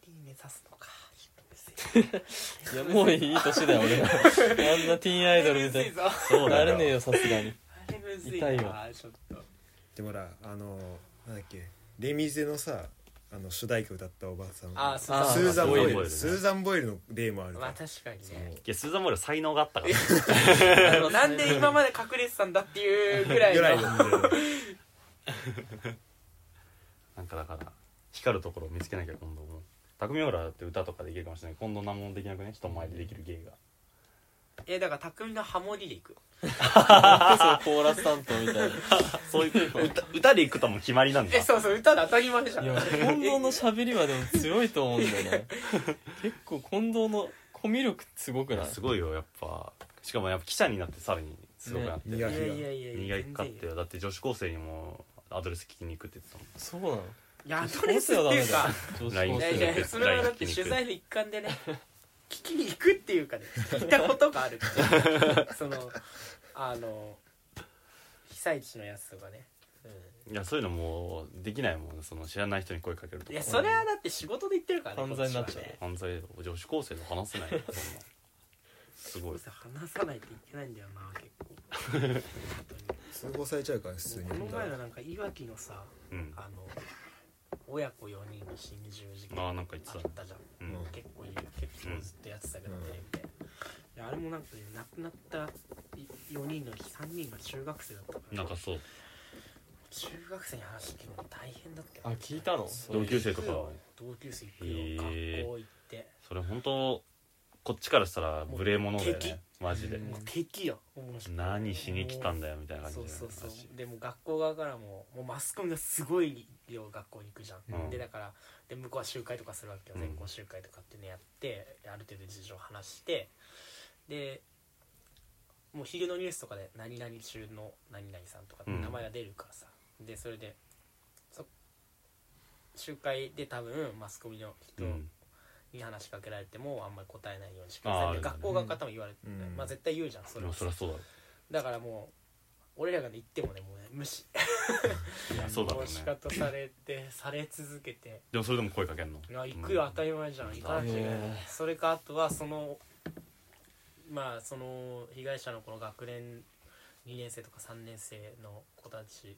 Speaker 1: ティーン目指すのかちょっとうるせ
Speaker 4: いやもういい年だよ俺らあんなティーンアイドルみたい
Speaker 1: な
Speaker 3: そう
Speaker 4: にな
Speaker 3: だ
Speaker 4: れねえ
Speaker 3: よ
Speaker 4: よさすがに
Speaker 1: あれむずい
Speaker 4: 痛い
Speaker 1: な
Speaker 4: わ
Speaker 1: ちょっと
Speaker 2: でもほらあのなんだっけレミゼのさあの主題歌歌ったおばあさん
Speaker 1: あ
Speaker 2: ス
Speaker 1: そう
Speaker 4: あ
Speaker 2: ーザン・ボイ
Speaker 3: ボイル
Speaker 2: ル
Speaker 3: ね
Speaker 2: スーザン・ボイルの例もあるか
Speaker 1: まあ
Speaker 2: ら
Speaker 1: 確かにね
Speaker 3: いやスーザン・モールは才能があったから
Speaker 1: あのなんで今まで隠れてたんだっていうぐらい
Speaker 2: ぐらい
Speaker 1: の
Speaker 2: なんだよ
Speaker 3: なんかだから光るところを見つけなきゃ今度も匠オーラだって歌とかできるかもしれない今度何もできなくね人前でできる芸が
Speaker 1: えだから匠のハモリでいく
Speaker 4: そうコーラス担当みたいな
Speaker 3: [LAUGHS] そういう歌歌で行くともう決まりなんだ
Speaker 1: えそうそう歌で当たり前じゃん
Speaker 4: いや近藤の喋りはでも強いと思うんだよね結構近藤のコミュ力すごくない
Speaker 3: すごいよやっぱしかもやっぱ記者になってさらにすごくなって、
Speaker 2: ね
Speaker 1: い
Speaker 2: や
Speaker 1: や
Speaker 2: いや
Speaker 1: いやいやいや
Speaker 3: 苦いかっ
Speaker 1: 全
Speaker 3: て
Speaker 1: 然いい
Speaker 3: よだって女子高生にもアドレス聞きに行くって言ってたもん
Speaker 4: そうなの
Speaker 1: いやアドレスっていうか
Speaker 4: 女子
Speaker 3: ライン
Speaker 4: 高
Speaker 1: いやいや
Speaker 4: 生
Speaker 1: いやそれはだって取材の一環でね聞きに行くっていうかね聞いたことがある
Speaker 4: [LAUGHS]
Speaker 1: ってそのあの被災地のやつとかね、
Speaker 3: いやそういうのもうできないもんその知らない人に声かける
Speaker 1: う
Speaker 3: と
Speaker 1: ん、いや
Speaker 3: か
Speaker 1: それはだって仕事で行ってるからね
Speaker 4: 犯罪になっちゃう
Speaker 1: こっ
Speaker 3: 犯罪女子高生と話せないよそんなすごい
Speaker 1: ちはね話さないといけないんだよな結構
Speaker 4: [LAUGHS]
Speaker 1: 本
Speaker 2: 通報されちゃうから普
Speaker 1: 当に
Speaker 2: 通に
Speaker 1: この前のなんかいわきのさ
Speaker 3: うん
Speaker 1: あの親子4人の心中事件
Speaker 3: ああなんか言って
Speaker 1: あ
Speaker 3: た
Speaker 1: ったじゃん
Speaker 3: うん
Speaker 2: うん
Speaker 1: 結構いる結構ずっとやってたけど、
Speaker 2: うん
Speaker 1: テレビでいやあれもなんかね亡くなった4人のうち3人が中学生だったから
Speaker 3: なんかそう
Speaker 1: 中学生に話聞くの大変だったよ
Speaker 4: あ聞いたの
Speaker 3: 同級生
Speaker 1: 行
Speaker 3: と
Speaker 1: く
Speaker 3: か
Speaker 1: よ同級生行くよ
Speaker 3: へー
Speaker 1: 学校行って
Speaker 3: それ本当こっちからしたら無礼者だよ
Speaker 1: 敵
Speaker 3: ねマジで
Speaker 1: もう敵よもう
Speaker 3: 何しに来たんだよみたいな感じ
Speaker 1: そう
Speaker 3: だよね
Speaker 1: そうそう
Speaker 3: マジ
Speaker 1: でもう学校側からももうマスコミがすごい量学校に行くじゃん、
Speaker 3: うん
Speaker 1: でだからで向こうは集会とかするわけよ
Speaker 3: うん
Speaker 1: 全校集会とかってねやってある程度事情を話してでもう昼のニュースとかで「何々中の何々さん」とかって名前が出るからさ、でそれでそ集会で多分マスコミの人
Speaker 3: うん
Speaker 1: に話しかけられてもあんまり答えないようにしてく
Speaker 3: あ
Speaker 1: だ
Speaker 3: ー
Speaker 1: さいって
Speaker 3: あ
Speaker 1: 学
Speaker 3: るね
Speaker 1: 校側から多分言われて、
Speaker 2: うん
Speaker 1: まあ絶対言うじゃんそ
Speaker 3: で
Speaker 1: れは
Speaker 3: もそりゃそうだろ
Speaker 1: だからもう俺らが言ってもねもうね無視
Speaker 3: ういやそうだろう
Speaker 1: もう仕
Speaker 3: ね
Speaker 1: 方され
Speaker 3: [LAUGHS]
Speaker 1: てされ続けて
Speaker 3: でもそれでも声かけんの
Speaker 1: 「あ行くよ
Speaker 3: うん
Speaker 1: 当たり前じゃん行かなきゃいけない
Speaker 4: ね」
Speaker 1: それかあとはそのまあその被害者のこの学年2年生とか3年生の子たち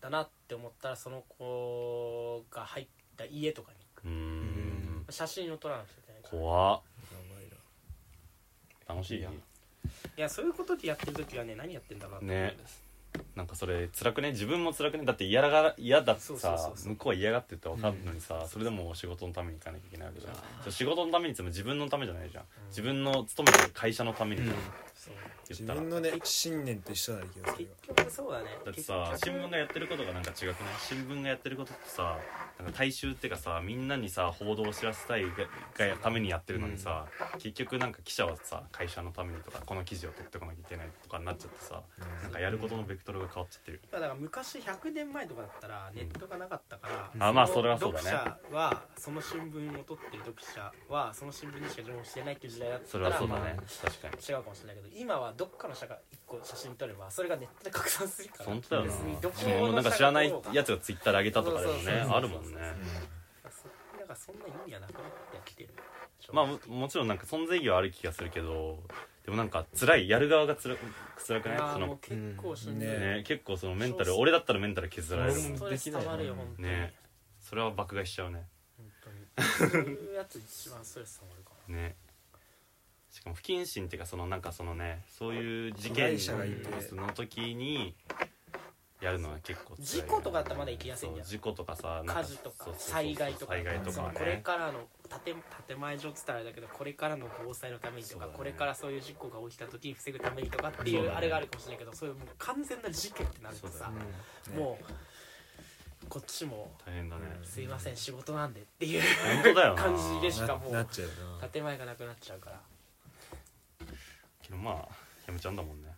Speaker 1: だなって思ったらその子が入った家とかに行
Speaker 3: うーん
Speaker 1: く写真を撮らなくちゃいけないから
Speaker 3: 怖っ
Speaker 2: ばいな
Speaker 3: 楽しいやん
Speaker 1: いやそういうことでやってる時はね何やってんだろうなって
Speaker 3: ねなんかそれ辛くね自分も辛くねだって嫌が嫌だって
Speaker 1: そうそうそう
Speaker 3: さ
Speaker 1: そう
Speaker 3: 向こうは嫌がってるって分かるのにさ、それでも仕事のために行かなきゃいけないわけじゃんそう仕事のためにっても自分のためじゃないじゃん、自分の勤めてる会社のためにじゃん、
Speaker 1: そう
Speaker 2: 自
Speaker 3: 言ったら
Speaker 2: 分のね信念と一緒だね気がするよ
Speaker 1: 結局そうだね
Speaker 3: だってさ
Speaker 1: 結
Speaker 3: 新
Speaker 1: 局
Speaker 3: 聞がやってることがなんか違くない新聞がやってることってさなんか大衆っていうかさみんなにさ報道を知らせたいががためにやってるのにさ、結局なんか記者はさ会社のためにとかこの記事を取ってこなきゃいけないとかになっちゃってさなんかやることのベクトルが変わっちゃってる
Speaker 1: だから昔100年前とかだったらネットがなかったから、
Speaker 3: んあまあそれはそうだね
Speaker 1: 読者はその新聞を取ってる読者はその新聞にしか情報してないっていう時代だったら
Speaker 3: それはそうだ
Speaker 1: まあ
Speaker 3: ね確かに
Speaker 1: 違うかもしれないけど今はどっかの社が一個写真撮ればそれがネットで拡散するから
Speaker 3: 本当だよな
Speaker 1: 別にどこ
Speaker 3: しかもなんか知らないやつがツイッターで上げたとかでも
Speaker 1: そ
Speaker 3: ね
Speaker 1: うそうそうそう
Speaker 3: あるもんね
Speaker 1: だからそんな意味はなくなってきてる
Speaker 3: まあももちろんなんか存在意義はある気がするけどでもなんか辛いやる側が辛く辛くない
Speaker 1: あ
Speaker 3: そ
Speaker 1: ーもう
Speaker 3: の、
Speaker 1: 結構しんどい、
Speaker 2: うん
Speaker 3: ね、結構そのメン
Speaker 1: そ
Speaker 3: タ
Speaker 1: う
Speaker 3: ル
Speaker 1: そう
Speaker 3: 俺だったらメンタル削られるもん
Speaker 1: ストレス溜まるよ本当に、
Speaker 3: ねそれは爆買いしちゃうね
Speaker 1: 本当にそういうやつ一番ストレス溜まるか
Speaker 3: ねしかも不謹慎っていうかそのなんかそのねそういう事
Speaker 2: 被
Speaker 3: 件
Speaker 2: 害者がいて
Speaker 3: の時にやるのは結構辛い
Speaker 1: 事故とかだったらまだ行きやすいんじゃん
Speaker 3: そう事故とかさなん
Speaker 1: ら火事と
Speaker 3: そ
Speaker 1: か
Speaker 3: うそうそう
Speaker 1: 災害とか
Speaker 3: 災害と
Speaker 1: そ
Speaker 3: か
Speaker 1: の
Speaker 3: ね
Speaker 1: これからの建て建前上っつったらあれだけどこれからの防災のためにと
Speaker 3: そう
Speaker 1: か、
Speaker 3: だね
Speaker 1: これからそういう事故が起きた時に防ぐためにとかってい
Speaker 3: そう
Speaker 1: う
Speaker 3: だね
Speaker 1: あれがあるかもしれないけどそういうもう完全な事件ってなると
Speaker 3: そうだ
Speaker 1: さ
Speaker 3: ね
Speaker 1: もうこっちも
Speaker 3: 大変だね
Speaker 1: 「すいません仕事なんで」っていう
Speaker 3: 本当だよな
Speaker 1: 感じでしかも
Speaker 2: ななっ
Speaker 1: う
Speaker 2: ちゃうな
Speaker 1: 建前がなくなっちゃうから
Speaker 3: けどまあやめちゃうんだもんね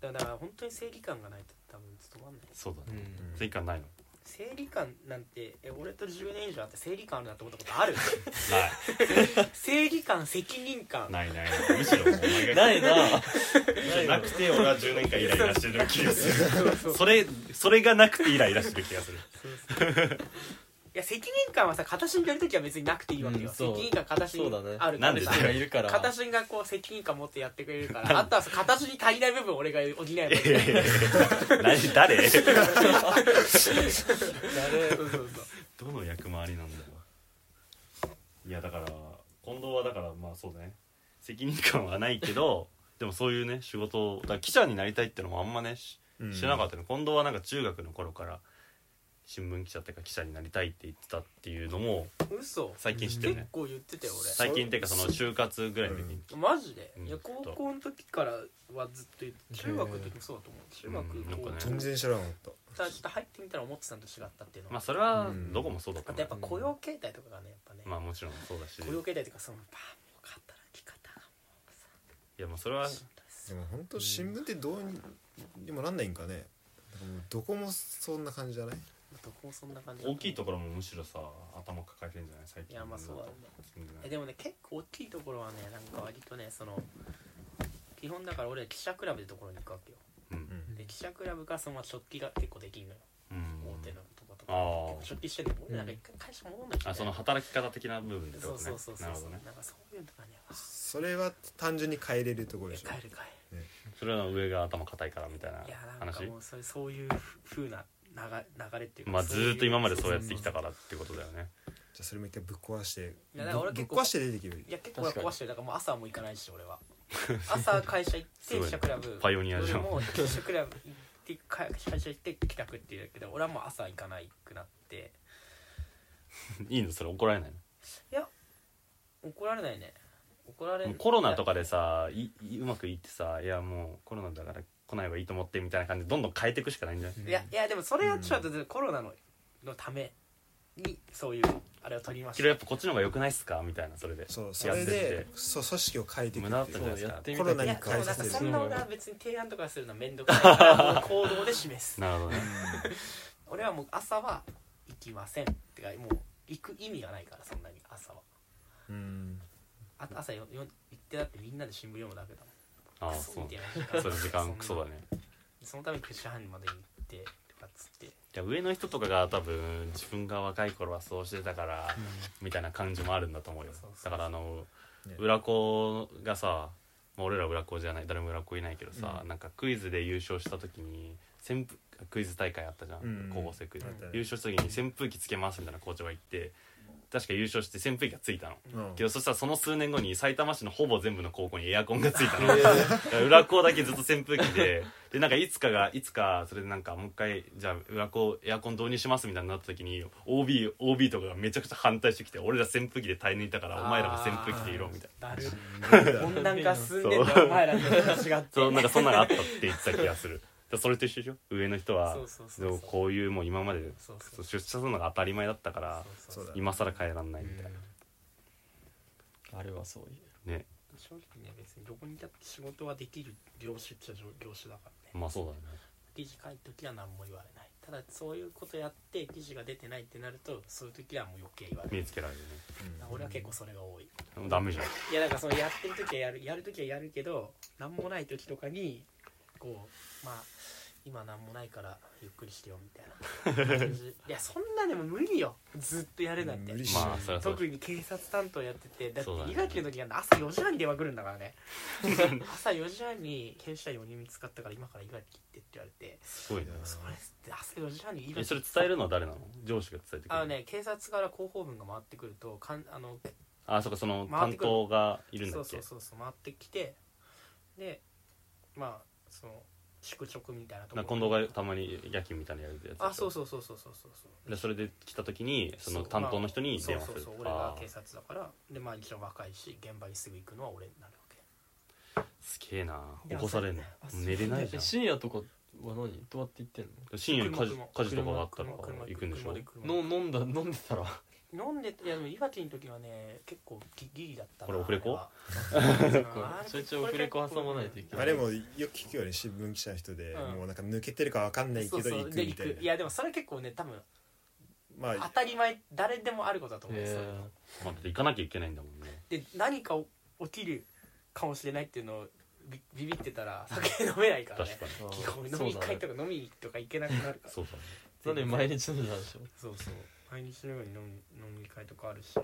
Speaker 1: だから本当に正義感がないと多分務まんない
Speaker 3: そうだね
Speaker 2: うん
Speaker 3: 追加ないの
Speaker 1: 正義感なんてえ俺と10年以上あって正義感あるなって思ったことある
Speaker 3: [LAUGHS]
Speaker 1: 正義感責任感
Speaker 3: ないないないむしろお前が
Speaker 4: ないな
Speaker 3: むしろなくて俺は10年間イライラしてる気がする
Speaker 1: そうそう
Speaker 3: それそれがなくてイライラしてる気がする
Speaker 1: いや責任感はさ形にやるときは別になくていいわけよ、
Speaker 4: うんそう
Speaker 1: 責任感形に
Speaker 4: そうだね
Speaker 1: ある
Speaker 3: なんで
Speaker 1: さ [LAUGHS]
Speaker 3: だよ
Speaker 4: いるから
Speaker 1: 形がこう責任感持ってやってくれるからあとはさ形に足りない部分俺が補
Speaker 3: [LAUGHS]
Speaker 1: えばいい
Speaker 3: いやいやいや何誰
Speaker 1: そうそうそう
Speaker 3: どの役回りなんだよいやだから近藤はだからまあそうだね責任感はないけどでもそういうね仕事をだから記者になりたいってのもあんまねし
Speaker 2: うん
Speaker 3: 知らなかったの、近藤はなんか中学の頃から新聞記者っていうか記者になりたいって言ってたっていうのも
Speaker 1: 嘘
Speaker 3: 最近知ってる
Speaker 1: 結
Speaker 3: ね
Speaker 1: 構言ってたよ
Speaker 3: 最近っていうかその就活ぐらいの時に、
Speaker 1: 俺マジで、
Speaker 3: うん
Speaker 1: いや高校の時からはずっと言って中学の時もそうだと思う中
Speaker 3: うんなん
Speaker 1: 学
Speaker 3: か
Speaker 1: こ
Speaker 3: ね
Speaker 1: う
Speaker 2: 全然知らなかった
Speaker 1: たちょっと入ってみたら思ってたのと違ったっていうのは、
Speaker 3: まあそれは
Speaker 2: うん
Speaker 3: どこもそうだと
Speaker 1: あ
Speaker 3: 思
Speaker 1: と
Speaker 3: う
Speaker 1: やっ、ぱ雇用形態とかがねやっぱね、
Speaker 3: まあもちろんそうだし
Speaker 1: 雇用形態というかそのパーもう働き方がもうさ
Speaker 3: いやもうそれは
Speaker 2: でも本当新聞ってどうにでもなんないんかねなんかもうどこもそんな感じじゃない
Speaker 1: どこもそんな感じだと思う
Speaker 3: 大きいところもむしろさ頭抱えてんじゃない最
Speaker 1: い
Speaker 3: 近
Speaker 1: やまあそうだね
Speaker 3: うん
Speaker 1: えでもね結構大きいところはねなんか割とねその基本だから俺記者クラブでところに行くわけよ
Speaker 3: うん
Speaker 1: で記者クラブがその食器が結構できんのよ
Speaker 3: うん
Speaker 1: 大手のとこと
Speaker 3: あ
Speaker 1: か
Speaker 3: ー
Speaker 1: 食器してんの俺なんか一回会社戻んなきゃいけない
Speaker 3: あその働き方的な部分でって
Speaker 1: そ
Speaker 3: こ
Speaker 1: う
Speaker 3: とね
Speaker 1: そうそうそう
Speaker 3: なるほどね
Speaker 1: なんかそういうのがねあ
Speaker 2: それは単純に変えれるところ
Speaker 1: 帰
Speaker 2: で
Speaker 1: る
Speaker 2: しょ
Speaker 1: 帰る
Speaker 3: それは上が頭固いからみたいない
Speaker 1: やなんか
Speaker 3: 話
Speaker 1: もうそれそういうふふうな流流れっていうか
Speaker 3: まあ
Speaker 1: そ
Speaker 3: ず
Speaker 1: ういう
Speaker 3: ーっと今までそうやってきたからってことだよね
Speaker 2: じゃあそれも一回ぶっ壊して
Speaker 1: い
Speaker 2: ぶ
Speaker 1: やだから俺
Speaker 2: ぶっ
Speaker 1: 結構
Speaker 2: 壊して出てきる
Speaker 1: いや結構
Speaker 4: 確かに
Speaker 1: 壊してるだからもう朝はもう行かないし俺
Speaker 3: [LAUGHS]
Speaker 1: は朝会社行って
Speaker 3: すごい
Speaker 1: 記者クラブ
Speaker 3: パイオニアじゃん
Speaker 1: 夜も記者クラブ行ってか会社行って帰宅っていうだけど俺はもう朝行かないくなって
Speaker 3: いいのそれ怒られない
Speaker 1: 怒られないね怒られ
Speaker 3: の
Speaker 1: る
Speaker 3: もうコロナとかでさいいうまくいってさいやもうコロナだから来ない方がいいと思ってみたいな感じでどんどん変えていくしかないんじゃない
Speaker 1: いやいやでもそれはちょっとコロナののためにそういうあれを取りま
Speaker 3: け
Speaker 1: し
Speaker 3: ど
Speaker 1: た
Speaker 3: やっぱこっちの方が良くないっすかみたいなそれで
Speaker 2: そうそれ
Speaker 3: やっ
Speaker 2: で
Speaker 3: て
Speaker 2: そう組織を変えていく
Speaker 3: 無駄だ
Speaker 2: っ
Speaker 3: ってた
Speaker 2: いう
Speaker 3: じゃないです
Speaker 4: そうや
Speaker 3: か
Speaker 4: ってみ
Speaker 2: コロナ
Speaker 1: い
Speaker 2: に
Speaker 1: やでも
Speaker 2: 変
Speaker 1: なん
Speaker 2: えさ
Speaker 1: か
Speaker 2: せ
Speaker 1: そ
Speaker 2: る
Speaker 1: んな俺は別に提案とかするの面倒くさいからもう行動で示す
Speaker 3: [LAUGHS] なるほどね
Speaker 1: 俺はもう朝は行きませんってかもう行く意味がないからそんなに朝は
Speaker 2: うん
Speaker 1: あ朝よよ行ってだってみんなで新聞読むだけだもん
Speaker 3: ああ
Speaker 1: クソ
Speaker 3: そう
Speaker 1: みたいな
Speaker 3: それ時間クソだね
Speaker 1: そのために9時半までに行ってとかっつって
Speaker 3: いや上の人とかが多分自分が若い頃はそうしてたから、みたいな感じもあるんだと思うよ
Speaker 1: そうそう
Speaker 3: だからあの、
Speaker 2: ね
Speaker 3: 裏子がさまあ俺ら裏子じゃない誰も裏子いないけどさ、なんかクイズで優勝した時に扇風クイズ大会あったじゃん、
Speaker 2: うん
Speaker 3: 高校生クイズ
Speaker 2: あったね
Speaker 3: 優勝した時に扇風機つけますみたいな校長が言って確か優勝して扇風機がついたのけどそしたらその数年後に埼玉市のほぼ全部の高校にエアコンがついたの、だから裏校だけずっと扇風機
Speaker 1: [LAUGHS]
Speaker 3: ででなんかいつかがいつかそれでなんかもう一回じゃあ裏校エアコン導入しますみたいになった時に OBOB とかがめちゃくちゃ反対してきて俺ら扇風機で耐え抜いたからお前らも扇風機でいろみたいな
Speaker 1: だる
Speaker 2: うん
Speaker 1: 温暖化進んでんだよお前らと私が
Speaker 3: そうなんかそんなのあったって言ってた気がするだからそれと一緒でしょ上の人は
Speaker 1: そうそうそうそう
Speaker 3: でもこういうもう今まで
Speaker 1: そうそう
Speaker 3: そう出社するのが当たり前だったから
Speaker 1: そうそう
Speaker 2: そうだ
Speaker 3: 今更変えらんないみたいな、
Speaker 4: あれはそういう
Speaker 3: ね
Speaker 1: 正直ね別にどこにだって仕事はできる業種っちゃ業種だからね
Speaker 3: まあそうだね
Speaker 1: 記事書いた時は何も言われないただそういうことやって記事が出てないってなるとそういう時はもう余計言われる
Speaker 3: 目つけられるね
Speaker 1: 俺は結構それが多い
Speaker 3: ダメじゃん
Speaker 1: いやなんかそのやってる時はやるやる時はやるけど何もない時とかにこうまあ今何もないからゆっくりしてよみたいな感
Speaker 3: [LAUGHS]
Speaker 1: じいやそんなでも無理よずっとやるなんて
Speaker 2: 無理し
Speaker 3: まあそりゃそうでし
Speaker 1: 特
Speaker 3: ょ
Speaker 1: に警察担当やっててだって
Speaker 3: そうだね
Speaker 1: 伊垣の時なんて朝4時半に電話来るんだから
Speaker 3: [LAUGHS]
Speaker 1: ね朝4時半に検視隊4人見つかったから今から伊垣行ってって言われて
Speaker 3: すごいね
Speaker 1: それって朝4時半に伊
Speaker 3: え
Speaker 1: 垣
Speaker 3: それ伝えるのは誰なの上司が伝えてくる
Speaker 1: あのね警察から広報文が回ってくるとかんあの
Speaker 3: あそっかその
Speaker 1: 回っ
Speaker 3: 担
Speaker 1: てくる
Speaker 3: 当がいるんだっけ
Speaker 1: そうそうそうそう回ってきてでまあその宿直みたいなとこ
Speaker 3: な
Speaker 1: ろ
Speaker 3: 近藤がたまに野球みたいなのやるやつ
Speaker 1: あそう
Speaker 3: そ
Speaker 1: そうそうそうそうそうそう
Speaker 3: でそれで来た時にその担当の人に電話する
Speaker 1: そうそうそう俺が
Speaker 3: あー
Speaker 1: 警察だからでまあ一応若いし現場にすぐ行くのは俺になるわけ
Speaker 3: すげえない起
Speaker 1: や
Speaker 3: こされんの
Speaker 1: あそう
Speaker 3: 寝れないじ
Speaker 4: え
Speaker 3: ゃん
Speaker 4: 深夜とかは何どうやって行ってん
Speaker 3: 深夜に火事
Speaker 1: 車
Speaker 3: 火事とかがあったら
Speaker 1: 車車
Speaker 3: 行くんでしょ
Speaker 1: 車車
Speaker 4: のの飲んだ飲んでたら
Speaker 1: 飲んでいやでも岩手の時はね結構ギギリだったな
Speaker 3: これオフレコ
Speaker 1: あれは
Speaker 4: ちょいちょいオフレコ挟まないといけ
Speaker 2: あれもよく聞くよね新聞記者の人で、
Speaker 1: うん
Speaker 2: もうなんか抜けてるかわかんないけ
Speaker 1: そ
Speaker 2: ど
Speaker 1: うそう
Speaker 2: 行く
Speaker 1: で
Speaker 2: み
Speaker 1: 行
Speaker 2: たい
Speaker 1: く
Speaker 2: ない
Speaker 1: やでもそれ結構ね多分
Speaker 2: ま
Speaker 1: 当
Speaker 2: あ
Speaker 1: たり前誰でもあることだと思うんですよ
Speaker 4: え
Speaker 3: まあだって行かなきゃいけないんだもんね
Speaker 1: で何か起きるかもしれないっていうのをビビビってたら酒飲めないから
Speaker 3: 確
Speaker 1: ね
Speaker 3: かに
Speaker 4: ー
Speaker 1: 基本飲み
Speaker 4: そうだ
Speaker 1: 会
Speaker 4: ね
Speaker 1: とか飲みとか行けなくなるから
Speaker 3: そうだね
Speaker 4: なんで毎日飲んでたんでし
Speaker 1: [LAUGHS]
Speaker 4: ょ
Speaker 1: そうそう毎日のように飲み飲み会とかあるし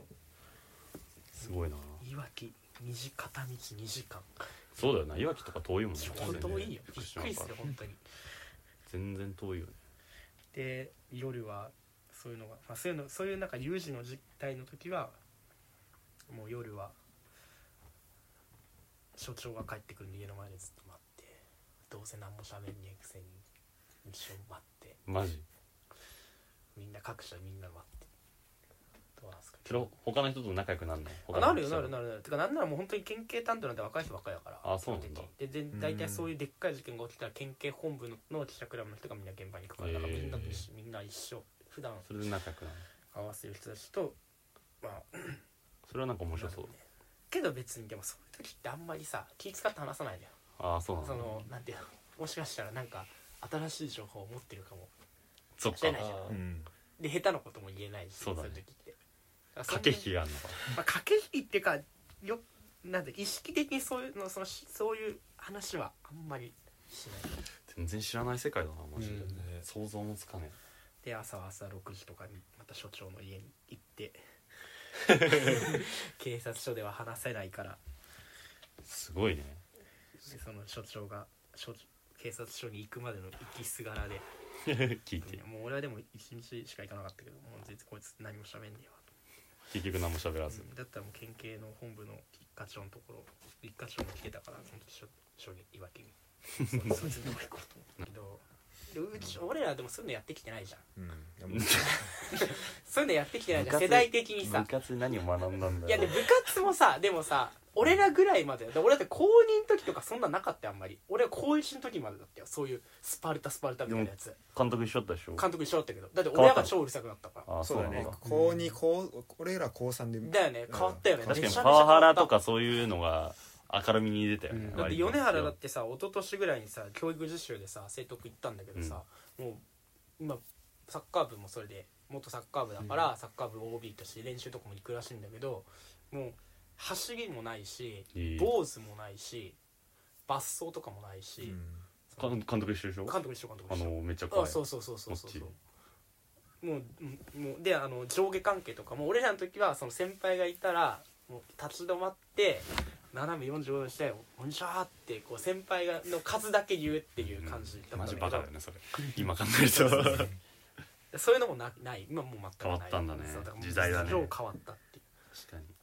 Speaker 3: すごいない
Speaker 1: わき二時片道2時間
Speaker 3: そうだよないわきとか遠いもんね
Speaker 1: 本当いいよび
Speaker 3: 福
Speaker 1: っ
Speaker 3: 島
Speaker 1: くり
Speaker 3: か
Speaker 1: す
Speaker 3: ら
Speaker 1: る本当に
Speaker 3: 全然遠いよね
Speaker 1: で夜はそういうのが、まあ、そういうのそういうなんか有事の実態の時はもう夜は所長が帰ってくる家の前でずっと待ってどうせ何も喋んねえくせに一緒に待って
Speaker 3: マジ
Speaker 1: みんな各社みんな待ってどうなんすか
Speaker 3: それ他の人と仲良くなるの
Speaker 1: あ
Speaker 3: 他の
Speaker 1: なるよ
Speaker 3: 人
Speaker 1: なるなるなるてかなんならもう本当に県警担当なんて若い人ばっかりだから
Speaker 3: あそうなんだ
Speaker 1: でで大体そういうでっかい事件が起きたら県警本部のの記者クラブの人がみんな現場に行くからだからみんなと一緒みんな一緒普段
Speaker 3: それで仲良くなる
Speaker 1: 合わせる人たちとまあ
Speaker 3: それはなんか面白そう
Speaker 1: けど別にでもそういう時ってあんまりさ気使って話さないのよ
Speaker 3: ああそうなんだ
Speaker 1: そのなんていうのもしかしたらなんか新しい情報を持ってるかも
Speaker 3: そっ
Speaker 1: して
Speaker 3: か
Speaker 1: ないじゃん
Speaker 2: うん
Speaker 1: で下手なことも言えないし
Speaker 3: そうだね
Speaker 1: いう時ってだからそんな
Speaker 3: 駆け引きがあるのか
Speaker 1: まあ、駆け引きっていうかよなんて意識的にそういうのそのしそういう話はあんまりしない
Speaker 3: 全然知らない世界だなマジで、
Speaker 4: うん
Speaker 3: 想像もつかね
Speaker 1: で朝は朝6時とかにまた所長の家に行って
Speaker 3: [LAUGHS]
Speaker 1: 警察署では話せないから
Speaker 3: えすごいね [LAUGHS]
Speaker 1: でその所長が所警察署に行くまでの行きすがらで
Speaker 3: 聞いて
Speaker 1: もう俺はでも1日しか行かなかったけどもう全然こいつ何も喋んねえわ
Speaker 3: 結局何も喋らず
Speaker 1: だったらもう県警の本部の一課長のところ
Speaker 3: [LAUGHS]
Speaker 1: 一課長も来てたからその時しょしょいわけにそいつどこ行こうと思ったけどうち俺らでもそういうのやってきてないじゃん
Speaker 2: うん、
Speaker 1: そういうのやってきてないじゃん
Speaker 3: 部活
Speaker 1: 世代的にさ
Speaker 3: 部活で何を学んだんだよ
Speaker 1: いやで部活もさでもさ俺らぐらいまでだ俺だって高2の時とかそんななかったよあんまり俺は高1の時までだったよそういうスパルタスパルタみたいなやつ
Speaker 3: 監督一緒だったでしょ
Speaker 1: 監督一緒だったけどだって親が超うるさくなったから
Speaker 3: ああ
Speaker 2: そうだね
Speaker 3: なん
Speaker 2: 高二高俺ら高三で
Speaker 1: だよね変わったよね
Speaker 3: 確か
Speaker 1: め
Speaker 3: に
Speaker 1: ちゃめちゃ
Speaker 3: パワハラとかそういうのが明るみに出たよね、
Speaker 2: う
Speaker 1: だっ
Speaker 2: ん
Speaker 1: て
Speaker 3: 割と
Speaker 1: 米原だってさ一昨年ぐらいにさ教育実習でさ生徳行ったんだけどさ、もう今サッカー部もそれで元サッカー部だから、サッカー部 OB として練習とかも行くらしいんだけどもう走りもないし
Speaker 3: いい
Speaker 1: 坊主もないし罰走とかもないし、
Speaker 3: か監督一緒でしょ
Speaker 1: 監督にしよう監
Speaker 3: あ
Speaker 1: 督にしよう
Speaker 3: のめっちゃ怖
Speaker 1: あ
Speaker 3: い
Speaker 1: そうそうそうそうそう
Speaker 3: こっち
Speaker 1: もううんもうであの上下関係とかも俺らの時はその先輩がいたらもう立ち止まって斜め45度して「こんにちは」ってこう先輩がの数だけ言うっていう感じだったん
Speaker 3: マ
Speaker 1: だ
Speaker 3: ジ
Speaker 1: けど
Speaker 3: バカだよねそれ今考える [LAUGHS] と
Speaker 1: そういうのもなない今もう全くない
Speaker 3: 変わったんだね
Speaker 1: そうからもう
Speaker 3: 時代だね
Speaker 1: 超変わったっていう
Speaker 3: 確かに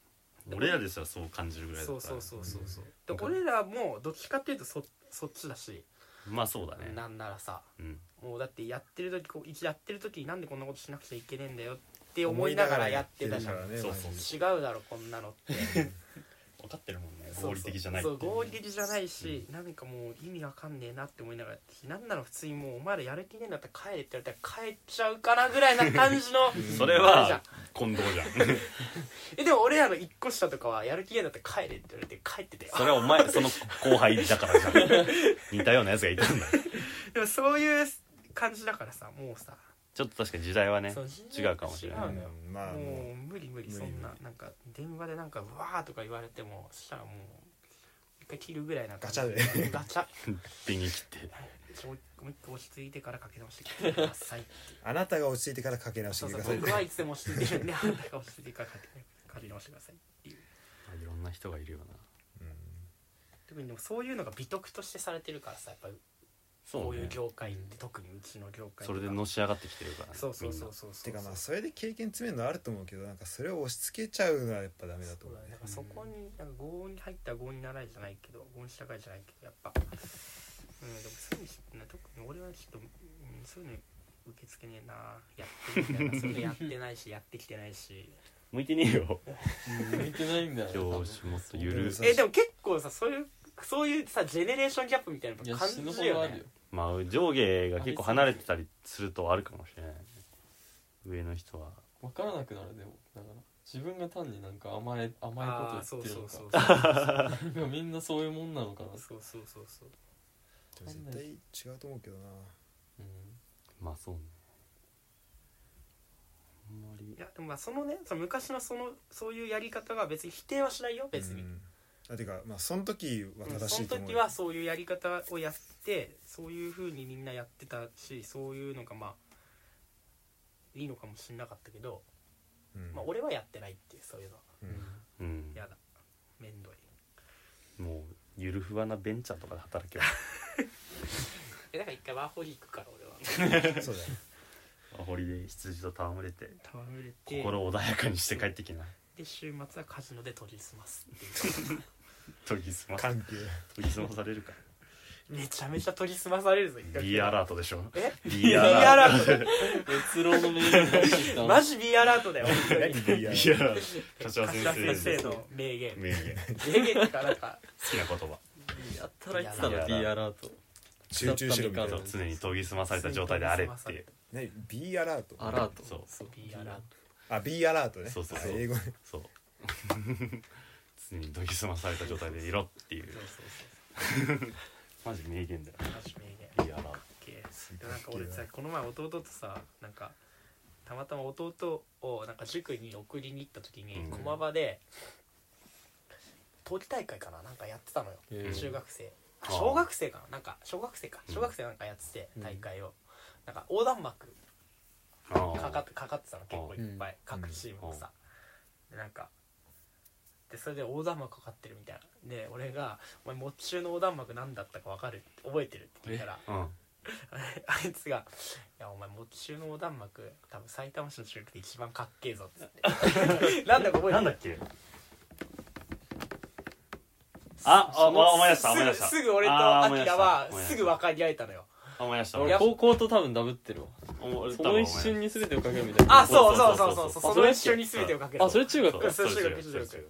Speaker 3: 俺らですらそう感じるぐらいだ
Speaker 1: そ
Speaker 3: か
Speaker 1: う
Speaker 3: ら
Speaker 1: そうそうそうそう
Speaker 3: う
Speaker 1: で
Speaker 3: ん
Speaker 1: 俺らもどっちかっていうとそそっちだし、
Speaker 3: まあそうだね
Speaker 1: なんならさ
Speaker 3: うん
Speaker 1: もうだってやってる時こうやってる時になんでこんなことしなくちゃいけねえんだよって思いながらやってたじゃん
Speaker 3: そうそう
Speaker 1: 違うだろこんなのって
Speaker 3: 分かってるもんね [LAUGHS] 合理的じゃない
Speaker 1: そうそう合理的じゃないし、なんかもう意味わかんねえなって思いながらやってなんなら普通にもうお前らやる気ねえんだったら帰れって言われたら帰っちゃうかなぐらいな感じの
Speaker 3: [LAUGHS] それ
Speaker 1: あじゃん
Speaker 3: は近藤じゃん [LAUGHS]
Speaker 1: えでも俺らの一個下とかはやる気ねえんだったら帰れって言われて帰ってたよ
Speaker 3: それはお前その後輩だからじゃん
Speaker 1: [LAUGHS]
Speaker 3: 似たようなやつがいたんだ
Speaker 1: でもそういう感じだからさもうさ、
Speaker 3: ちょっと確かに時代はね
Speaker 1: そう
Speaker 3: 違うかもしれない
Speaker 1: 違うのよ
Speaker 2: うんまあ
Speaker 1: も
Speaker 2: も
Speaker 1: う
Speaker 2: う
Speaker 1: 無理無理
Speaker 2: 無理
Speaker 1: そんな
Speaker 2: 無
Speaker 1: なんか電話でなんか「うわー」とか言われてもそしたらもう一回切るぐらいな
Speaker 2: ガチャ
Speaker 1: でガチャ
Speaker 3: ビニ切って
Speaker 1: ちょもう一もう一回落ち着いてからかけ直してきてください
Speaker 2: あなたが落ち着いてからかけ直して
Speaker 1: そう
Speaker 2: く
Speaker 1: そう
Speaker 2: ださい
Speaker 1: 僕はいつでも落ち着いてるんであなたが落ち着いてからかけかけ直してくださいっていう
Speaker 3: まあいろんな人がいるよな
Speaker 1: 特にでもそういうのが美徳としてされてるからさやっぱりこ
Speaker 3: そう
Speaker 1: いう
Speaker 3: ね
Speaker 1: 業界で特にうちの業界
Speaker 3: それで
Speaker 1: の
Speaker 3: のし上がってきてるからね
Speaker 1: そうそう
Speaker 3: みん
Speaker 1: そ
Speaker 3: な
Speaker 1: うそうそう
Speaker 2: てかまあそれで経験詰めるのあると思うけどなんかそれを押し付けちゃうのはやっぱダメだと
Speaker 1: そう
Speaker 2: 思
Speaker 1: だね
Speaker 2: うね
Speaker 1: だからそこになんか合に入ったら合にならいじゃないけど合にしたかいじゃないけどやっぱうんでもそういうの特に俺はちょっと、うん、そういうの受け付けねえなやってみたいなそういうのやってないしやってきてないし
Speaker 3: 向いてねえよ
Speaker 4: 向いてないんだ
Speaker 3: [LAUGHS]
Speaker 4: よ
Speaker 3: 教師もっとゆる
Speaker 2: そう
Speaker 1: えでも結構さそういうそういうさジェネレーションギャップみたいないの
Speaker 4: や
Speaker 1: 感
Speaker 4: 死ぬほ
Speaker 1: じるよ
Speaker 4: どある
Speaker 1: ね
Speaker 4: よ
Speaker 3: まあ上下が結構離れてたりするとあるかもしれないね上の人は
Speaker 4: 分からなくなるでもだから自分が単になんか甘え甘い
Speaker 1: ああ
Speaker 4: こ
Speaker 1: そ
Speaker 4: と言っ
Speaker 1: う
Speaker 4: てる
Speaker 1: そ
Speaker 4: の
Speaker 1: う
Speaker 4: か
Speaker 1: そうそう
Speaker 4: なんか [LAUGHS] みんなそういうもんなのかな
Speaker 1: そうそうそうそう
Speaker 4: [LAUGHS]
Speaker 2: でも絶対違うと思うけどな
Speaker 4: う
Speaker 3: まあそうねあんまり
Speaker 1: いやでもまあそのねその昔のそのそういうやり方は別に否定はしないよ別に、
Speaker 2: うんあてかまあその時は
Speaker 1: うん
Speaker 2: 正し
Speaker 1: そ
Speaker 2: い
Speaker 1: の
Speaker 2: と思う
Speaker 1: 時
Speaker 2: よ
Speaker 1: はそういうやり方をやってそういうふうにみんなやってたしそういうのがまあいいのかもしれなかったけど、
Speaker 2: うん
Speaker 1: まあ、俺はやってないっていうそういうのは
Speaker 2: うん
Speaker 3: うん
Speaker 1: やだめんどい
Speaker 3: もうゆるふわなベンチャーとかで働
Speaker 1: [LAUGHS]
Speaker 3: けば
Speaker 1: えだから一回ワーホリ行くから俺は
Speaker 2: そうだよ
Speaker 3: 堀で羊と戯れて
Speaker 1: 戯れて
Speaker 3: 心を穏やかにして帰ってきな
Speaker 1: で週末はカジノで研ぎ澄ますっていう [LAUGHS]
Speaker 3: 研ぎ澄ま
Speaker 2: 関係
Speaker 3: 研ぎ澄まされるか
Speaker 1: めちゃめちゃ研ぎ澄まされるぞ一回
Speaker 3: B アラートでしょ
Speaker 1: え
Speaker 3: B
Speaker 1: [LAUGHS] ビアラ
Speaker 3: ート
Speaker 1: ー
Speaker 4: ん越郎のメールが欲しい
Speaker 1: ト
Speaker 4: な
Speaker 1: [LAUGHS] マジ B アラートだよ
Speaker 2: 何
Speaker 3: B アラート柏
Speaker 1: [LAUGHS]
Speaker 3: 先
Speaker 1: 柏先生
Speaker 3: 生の
Speaker 1: の名言
Speaker 3: 名言
Speaker 1: 名言ってかなんか
Speaker 3: 好きな言葉
Speaker 4: やったら言ってたの B アラート
Speaker 2: 集中しろみたい
Speaker 4: そ
Speaker 2: な
Speaker 3: そう常に研ぎ澄まされた状態であれっていう
Speaker 2: 何 B アラート
Speaker 4: アラート
Speaker 3: そう
Speaker 1: そう B アラート
Speaker 2: あ B アラートね
Speaker 3: そうそう
Speaker 2: あ
Speaker 3: そう
Speaker 2: 英語ね
Speaker 3: そう [LAUGHS] 常に研ぎ澄まされた状態でいろっていう
Speaker 1: そうそう
Speaker 3: マジ名言だよ
Speaker 1: そうマジ名言
Speaker 3: B アラート
Speaker 1: けでなんか俺さこの前弟とさなんかたまたま弟をなんか塾に送りに行った時に
Speaker 3: うん
Speaker 1: 駒場で冬季大会かななんかやってたのよ
Speaker 4: へえ
Speaker 1: 中学生あ
Speaker 3: あー
Speaker 1: 小学生かななんか小学生か
Speaker 3: うん
Speaker 1: 小学生なんかやってて大会をなんか横断幕
Speaker 3: ああ
Speaker 1: かかってかかってたの結構いっぱい各チームがさでなんかでそれで横断幕かかってるみたいなで俺が「お前もっちゅうの横断幕何だったか分かる覚えてる?」って聞いたら
Speaker 3: うん
Speaker 1: [LAUGHS] あいつが「いやお前もっちゅうの横断幕多分埼玉市の中学で一番かっけえぞ」っつってなんだか覚えて
Speaker 3: なんだっけあ、あ、思い出した、思い出した。
Speaker 1: すぐすぐ俺と
Speaker 3: あー思い
Speaker 1: アキ
Speaker 3: 出した
Speaker 1: ラは
Speaker 3: 思い出し
Speaker 1: す
Speaker 3: た
Speaker 1: ぐ分かり合えたのよ
Speaker 3: 思い出した
Speaker 4: 俺高校と多分ダブってるわ
Speaker 3: 思い
Speaker 4: その一瞬
Speaker 3: に
Speaker 4: に全てをかけるみたいな
Speaker 1: あそうそうそうそうそう
Speaker 4: そうそうそう
Speaker 1: その一緒に全てをかける
Speaker 4: あそれ中学
Speaker 1: か
Speaker 3: そう
Speaker 1: それ中学
Speaker 3: それ中
Speaker 1: 中
Speaker 3: 学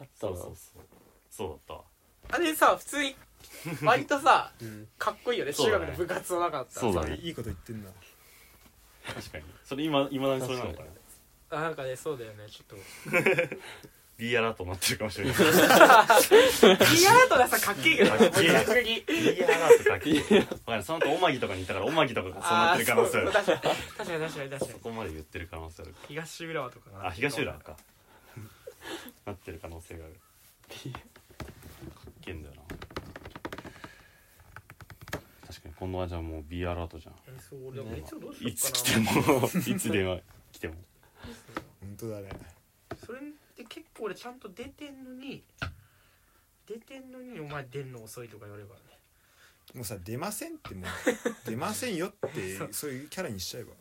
Speaker 4: あった
Speaker 3: そ
Speaker 4: わ
Speaker 3: うそうそうそうだったわ
Speaker 1: あれさ普通に割とさかっこいいよね
Speaker 3: そう
Speaker 1: 中
Speaker 3: だね
Speaker 1: 学の部活の中だったら
Speaker 3: そうだね
Speaker 2: いいこと言ってんな
Speaker 3: 確かにそれ今いまだにそれなのかな
Speaker 4: 確
Speaker 1: あなんかねそうだよねちょっ
Speaker 3: B アラートになってるかもしれない
Speaker 1: とリアートださかっけえけどね
Speaker 3: かっけえ
Speaker 1: 逆に
Speaker 3: B アラートかけ分かるその後おまぎとかにいたからおまぎとかがそうなってる可能性あ
Speaker 1: あー
Speaker 3: る
Speaker 1: そうそう確かに確かに確かに確か
Speaker 3: そ
Speaker 1: に
Speaker 3: こまで言ってる可能性あるか
Speaker 1: 東浦和とか
Speaker 3: あ東浦か [LAUGHS] なってる可能性があるかっけえんだよな確かに今度はじゃあもう B アラートじゃん
Speaker 1: えそう俺でもいつもどうしよ
Speaker 3: いうつ
Speaker 1: か
Speaker 3: 来
Speaker 1: な
Speaker 3: て
Speaker 1: [LAUGHS]
Speaker 3: もいつ電話来ても
Speaker 2: 本当だね
Speaker 1: それって結構俺ちゃんと出てんのに出てんのにお前出んの遅いとか言われるからね
Speaker 2: もうさ出ませんっても
Speaker 1: [LAUGHS]
Speaker 2: う出ませんよってそういうキャラにしちゃえば
Speaker 1: い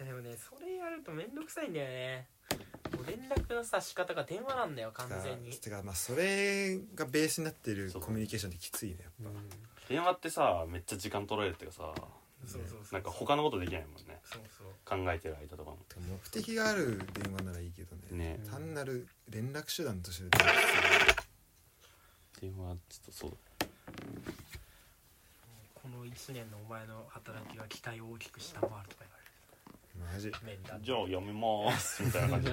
Speaker 1: やでもねそれやるとめんどくさいんだよねもう連絡のさ仕方が電話なんだよ完全に
Speaker 2: あてかまあそれがベースになってる
Speaker 3: そう
Speaker 2: コミュニケーションってきついねやっぱ
Speaker 3: 電話ってさめっちゃ時間取られるっていうかさ
Speaker 1: そうそうそう
Speaker 3: なんか他のことできないもんね
Speaker 1: そうそう
Speaker 3: 考えてる間とかも
Speaker 2: てか目的がある電話ならいいけどね
Speaker 3: ね
Speaker 2: 単なる連絡手段として電話き
Speaker 3: 電話ちょっとそう
Speaker 1: この1年のお前の働きが期待を大きく下回るとか
Speaker 2: ついマジ
Speaker 1: 言われる面談
Speaker 3: じゃあやめまーすみたいな感じ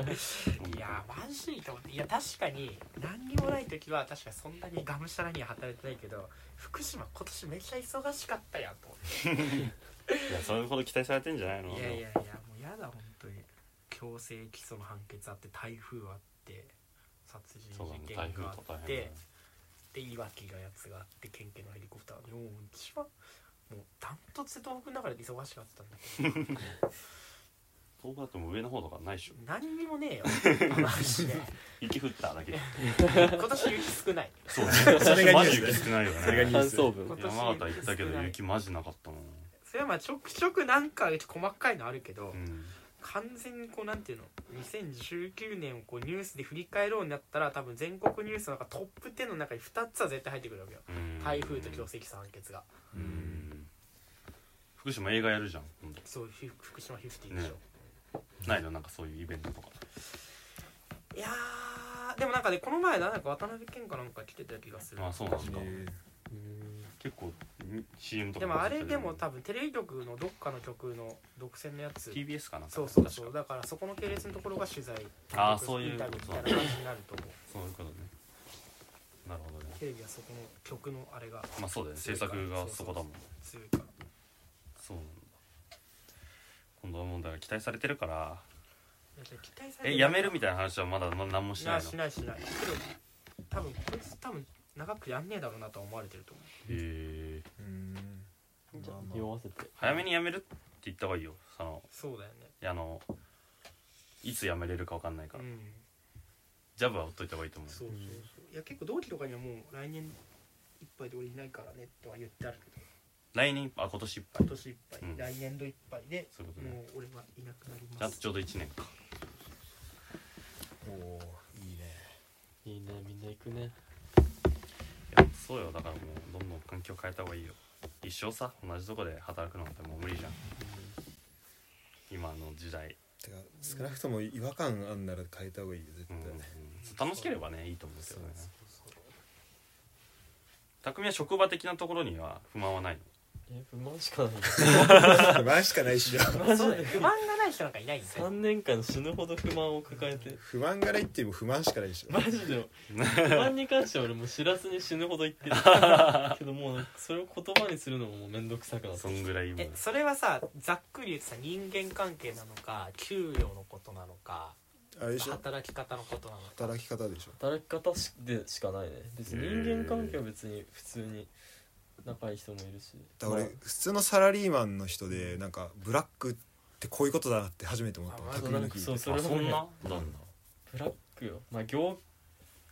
Speaker 1: [LAUGHS] いやーマジかもいや確かに何にもない時は確かそんなにがむしゃらには働いてないけど福島今年めっちゃ忙しかったやんと思
Speaker 3: いやそれほど期待されてんじゃないの
Speaker 1: っていやいやいやもうやだ本当に強制起訴の判決あって台風あって殺人
Speaker 3: そうだ
Speaker 1: 事
Speaker 3: ね
Speaker 1: 件
Speaker 3: 台風
Speaker 1: が
Speaker 3: と
Speaker 1: あっ
Speaker 3: 大変だ
Speaker 1: て
Speaker 3: ね
Speaker 1: でいわきがやつがあって県警のヘリコプターでもううちはもうダントツで東北の中で忙しかったんだけど
Speaker 3: 東北だってもう上の方とかないでしょ
Speaker 1: 何にもねえ
Speaker 3: [LAUGHS]
Speaker 1: よマジで
Speaker 3: 雪降っただけ
Speaker 1: 今年雪少ない
Speaker 3: そうね
Speaker 2: それが
Speaker 3: マ
Speaker 2: ニュー
Speaker 3: ジ
Speaker 2: ス
Speaker 3: 雪少ないよね
Speaker 2: それがニュー
Speaker 4: 感
Speaker 2: ス
Speaker 4: 想文
Speaker 1: 今年
Speaker 3: 山形行ったけ
Speaker 1: 少
Speaker 3: ど
Speaker 1: ない
Speaker 3: 雪マジなかったもん
Speaker 1: それはまあちょくちょくなんか細かいのあるけど、
Speaker 3: うん
Speaker 1: 完全にこうなんていうの2019年をこうニュースで振り返ろうになったら多分全国ニュースの中トップ10の中に2つは絶対入ってくるわけよ
Speaker 3: うん
Speaker 1: 台風と強制起訴判決が
Speaker 3: うん福島映画やるじゃん今度
Speaker 1: そうひ福島フィフティでしょ、
Speaker 3: ねないのなんかそういうイベントとか
Speaker 1: いやーでもなんかねこの前なんか渡辺謙かなんか来てた気がする
Speaker 3: あそうなんだ
Speaker 2: え
Speaker 3: 結構ん CM と
Speaker 1: で
Speaker 3: か
Speaker 1: もあれでも多
Speaker 3: 分
Speaker 1: 分テレビ局のどっかの局の独占のやつ
Speaker 3: TBS かな
Speaker 1: そうそうそ
Speaker 3: 確
Speaker 1: う
Speaker 3: か
Speaker 1: だからそこの系列のところが取材
Speaker 3: あーそういう
Speaker 1: インタビューみたいな
Speaker 3: こと
Speaker 1: 感じになると思う
Speaker 3: そういうことねなるほどね
Speaker 1: テレビはそこの曲のあれが
Speaker 3: まあそうだよね制作がそこだもん
Speaker 1: 強いから
Speaker 3: そうなんだ今度は問題が期待されてるから
Speaker 1: いやじゃあ期待され
Speaker 3: えやめるみたいな話はまだま何もし
Speaker 1: しな
Speaker 3: な
Speaker 1: いい
Speaker 3: の
Speaker 1: しないしないけど多分こいつ多分長くやんねえだろうなとは思われてると思う
Speaker 3: へえ
Speaker 2: うん
Speaker 4: じゃ
Speaker 2: まあま
Speaker 4: あ
Speaker 2: あ
Speaker 4: 酔わせて
Speaker 3: 早めにやめるって言った方がいいよその
Speaker 1: そうだよね
Speaker 3: いやあのいつやめれるか分かんないか
Speaker 1: う
Speaker 3: ら、
Speaker 1: ん
Speaker 3: ジャブは打っといた方がいいと思う
Speaker 1: そうそうそういや結構同期とかにはもう来年いっぱいで俺いないからねとは言ってあるけど
Speaker 3: 来年いっぱいあ今年いっぱい
Speaker 1: 今年いっぱい、
Speaker 3: うん
Speaker 1: 来年度いっぱいで
Speaker 3: そういうこと
Speaker 1: も
Speaker 3: ね
Speaker 1: う俺はいなくなり
Speaker 3: じゃ
Speaker 1: ま
Speaker 3: あ
Speaker 1: す
Speaker 3: ちょうど1年か
Speaker 2: おおーいいね
Speaker 4: いいねみんな行くね
Speaker 3: いやそうよだからもうどんどん環境変えた方がいいよ一生さ同じとこで働くなんてもう無理じゃん今の時代、
Speaker 2: てか少なくとも違和感あんなら変えた方がいいよ絶
Speaker 3: う
Speaker 2: 対
Speaker 3: ん
Speaker 2: [LAUGHS]
Speaker 3: そう楽しければねいいと思うけどね匠は職場的なところには不満はないの
Speaker 4: え不満しかない
Speaker 2: 前しかないっしょ
Speaker 4: マジ
Speaker 1: そうだ
Speaker 4: で
Speaker 1: よ不満がない人なんかいないんだ
Speaker 4: 3
Speaker 1: よ
Speaker 4: 年間死ぬほど不満を抱えて
Speaker 2: 不満がないっていうよりも不満しかないっしょ
Speaker 4: マジで不満に関しては俺もう知らずに死ぬほど
Speaker 2: [LAUGHS]
Speaker 4: 言ってるけどもうそれを言葉にするのももう面倒くさくなって
Speaker 3: そ
Speaker 4: き
Speaker 3: ん
Speaker 4: て
Speaker 3: ぐらいもう
Speaker 1: えそれはさざっくり言うとさ人間関係なのか給料のことなのか
Speaker 2: あれでしょ
Speaker 1: 働き方のことなのか
Speaker 2: 働き方でしょ
Speaker 4: 働き方しでしかないね別に人間関係は別に普通に仲いい人もいるし
Speaker 2: だから
Speaker 4: ま
Speaker 2: 俺普通のサラリーマンの人でなんかブラックってこういうことだなって初めて思った
Speaker 1: あ
Speaker 4: あそう
Speaker 2: 匠
Speaker 4: な
Speaker 2: の
Speaker 4: ん
Speaker 2: 聞
Speaker 4: か
Speaker 2: い
Speaker 4: そう
Speaker 2: て
Speaker 4: それ
Speaker 3: あ
Speaker 4: は
Speaker 3: そん
Speaker 4: ね
Speaker 3: ななんだ
Speaker 4: ブラックよまあ業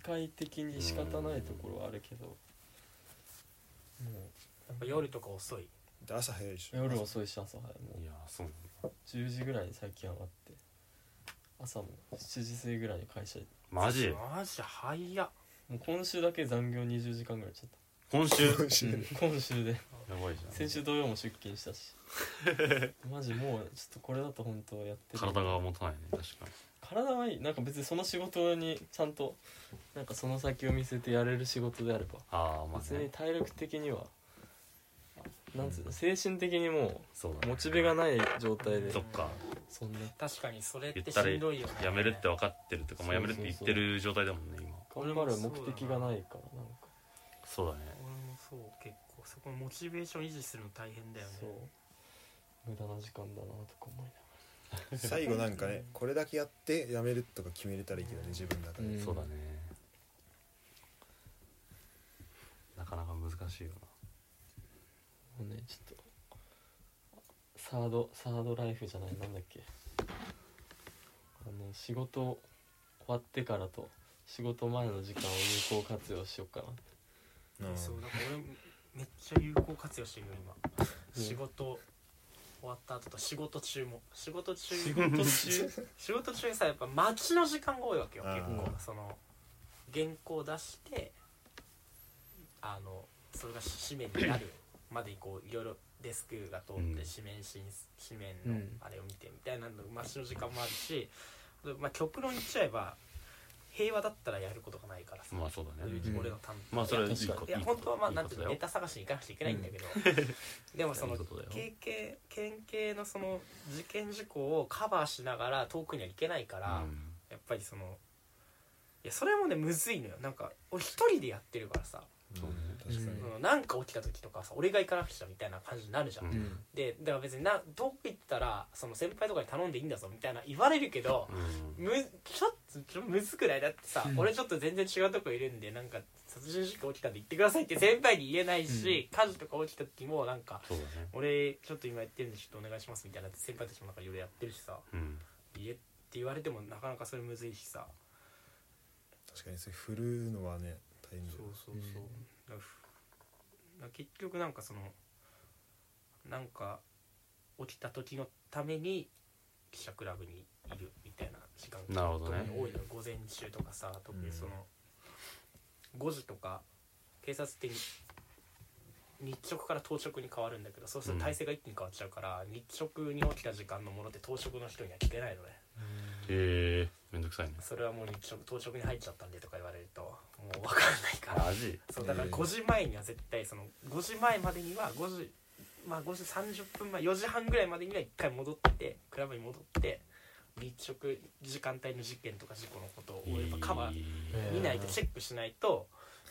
Speaker 4: 界的に仕方ないところはあるけども
Speaker 1: やっぱ夜とか遅い
Speaker 2: で朝早いでし
Speaker 4: う
Speaker 2: ょ
Speaker 4: 夜遅いし朝早いも
Speaker 3: いやそうなんだ
Speaker 4: う10時ぐらいに最近上がって朝も7時過ぎぐらいに会社行って
Speaker 3: マジ
Speaker 1: マジ早っ
Speaker 4: もう今週だけ残業20時間ぐらいしちゃっ
Speaker 3: 今週やばい
Speaker 2: 今週
Speaker 4: うん
Speaker 3: [LAUGHS]
Speaker 4: 今週で
Speaker 3: じゃん
Speaker 4: 先週土曜も出勤し
Speaker 3: [LAUGHS]
Speaker 4: たしマジもうちょっとこれだと本当やってる
Speaker 3: 体が持たないね確かに
Speaker 4: 体はいいなんか別にその仕事にちゃんとなんかその先を見せてやれる仕事であれば
Speaker 3: ああまあ
Speaker 4: 別に
Speaker 3: ね
Speaker 4: 体力的にはなんつうの精神的にも
Speaker 3: そう
Speaker 4: う
Speaker 3: だ
Speaker 4: モ
Speaker 3: ね
Speaker 4: チベがない状態で
Speaker 3: そっか
Speaker 4: そんな
Speaker 1: 確かにそれっ
Speaker 3: 言
Speaker 1: て
Speaker 3: っ
Speaker 1: した
Speaker 3: ら
Speaker 1: んどいよね
Speaker 3: やめるって分かってるとかもうやめるって言ってる状態だもんね今
Speaker 4: 頑張る目的がないからなんか
Speaker 3: そうだね
Speaker 1: 俺もそう結構そこのモチベーション維持するの大変だよね
Speaker 4: そう無駄な時間だなとか思い
Speaker 2: 最後なんかねこれだけやってやめるとか決めれたらいいけどね自分の中で、
Speaker 4: うん
Speaker 3: そうだねなかなか難しいよ
Speaker 4: ながらもうねちょっとサードサードライフじゃないなんだっけあの仕事終わってからと仕事前の時間を有効活用しようかな
Speaker 2: うん
Speaker 1: そうだから俺めっちゃ有効活用してるよ今、
Speaker 4: うん
Speaker 1: 仕事終わった後と仕事中も仕事中
Speaker 4: 仕事中
Speaker 1: 仕事中にさやっぱ待ちの時間が多いわけよ
Speaker 2: あ
Speaker 1: 結
Speaker 2: ー
Speaker 1: 構その原稿を出してあのそれが紙面になるまでこういろいろデスクが通っ
Speaker 3: うん
Speaker 1: て紙面審紙面の
Speaker 4: うん
Speaker 1: あれを見てみたいなの待ちの時間もあるし、まあ、極論言っちゃえば平和だったらやることがないからさ、
Speaker 3: なまあそうだね
Speaker 4: うん
Speaker 1: 俺の担当
Speaker 3: まあそれはいい
Speaker 4: いや
Speaker 3: こ
Speaker 1: い
Speaker 3: と
Speaker 1: や
Speaker 3: いいこ
Speaker 1: 本
Speaker 3: と
Speaker 1: 当はまあなんていうの
Speaker 3: い
Speaker 1: ネ
Speaker 3: いこ
Speaker 1: タ探しに行かなくちゃいけないんだけど、 [LAUGHS] でもそ
Speaker 3: とだよい
Speaker 1: の
Speaker 3: いことだよ
Speaker 1: 経験県系のその事件事故をカバーしながら遠くには行けないから、
Speaker 3: うん
Speaker 1: やっぱりそのいやそれもねむずいのよなんか俺一人でやってるからさ、
Speaker 2: そうね確かに、
Speaker 1: そのなんか起きた時とかさ俺が行かなくちゃみたいな感じになるじゃん、
Speaker 3: うん
Speaker 4: うん
Speaker 1: でだから別にな遠く行ったらその先輩とかに頼んでいいんだぞみたいな言われるけど、
Speaker 3: うん
Speaker 1: むちょっとちょむずくないだってさ、俺ちょっと全然違うとこいるんでなんか殺人事故起きたんで言ってくださいって先輩に言えないし、火事とか起きた時もなんか
Speaker 3: そうだね
Speaker 1: 俺ちょっと今やってるんでちょっとお願いしますみたいな先輩たちもなんかいろいろやってるしさ
Speaker 3: うん
Speaker 1: 言えって言われてもなかなかそれむずいしさ
Speaker 2: 確かにそれ振るのはね大変だ
Speaker 1: そう
Speaker 2: よ
Speaker 1: そうそう、だからふだから結局なんかそのなんか起きた時のために記者クラブにいるみたいな時間
Speaker 3: なるほどね
Speaker 1: 特に多いのよ午前中とかさ特にその、5時とか警察って日直から当直に変わるんだけどそうすると体制が一気に変わっちゃうから、日直に起きた時間のものって当直の人には聞けないのね
Speaker 3: へえめんどくさいね
Speaker 1: それはもう日直当直に入っちゃったんでとか言われるともう分かんないから
Speaker 3: マジ
Speaker 1: そうだから5時前には絶対その5時前までには5時まあ5時30分前4時半ぐらいまでには1回戻ってクラブに戻って日直時間帯の事件とか事故のことをやっぱカバー
Speaker 4: ー
Speaker 1: 見ないとチェックしないと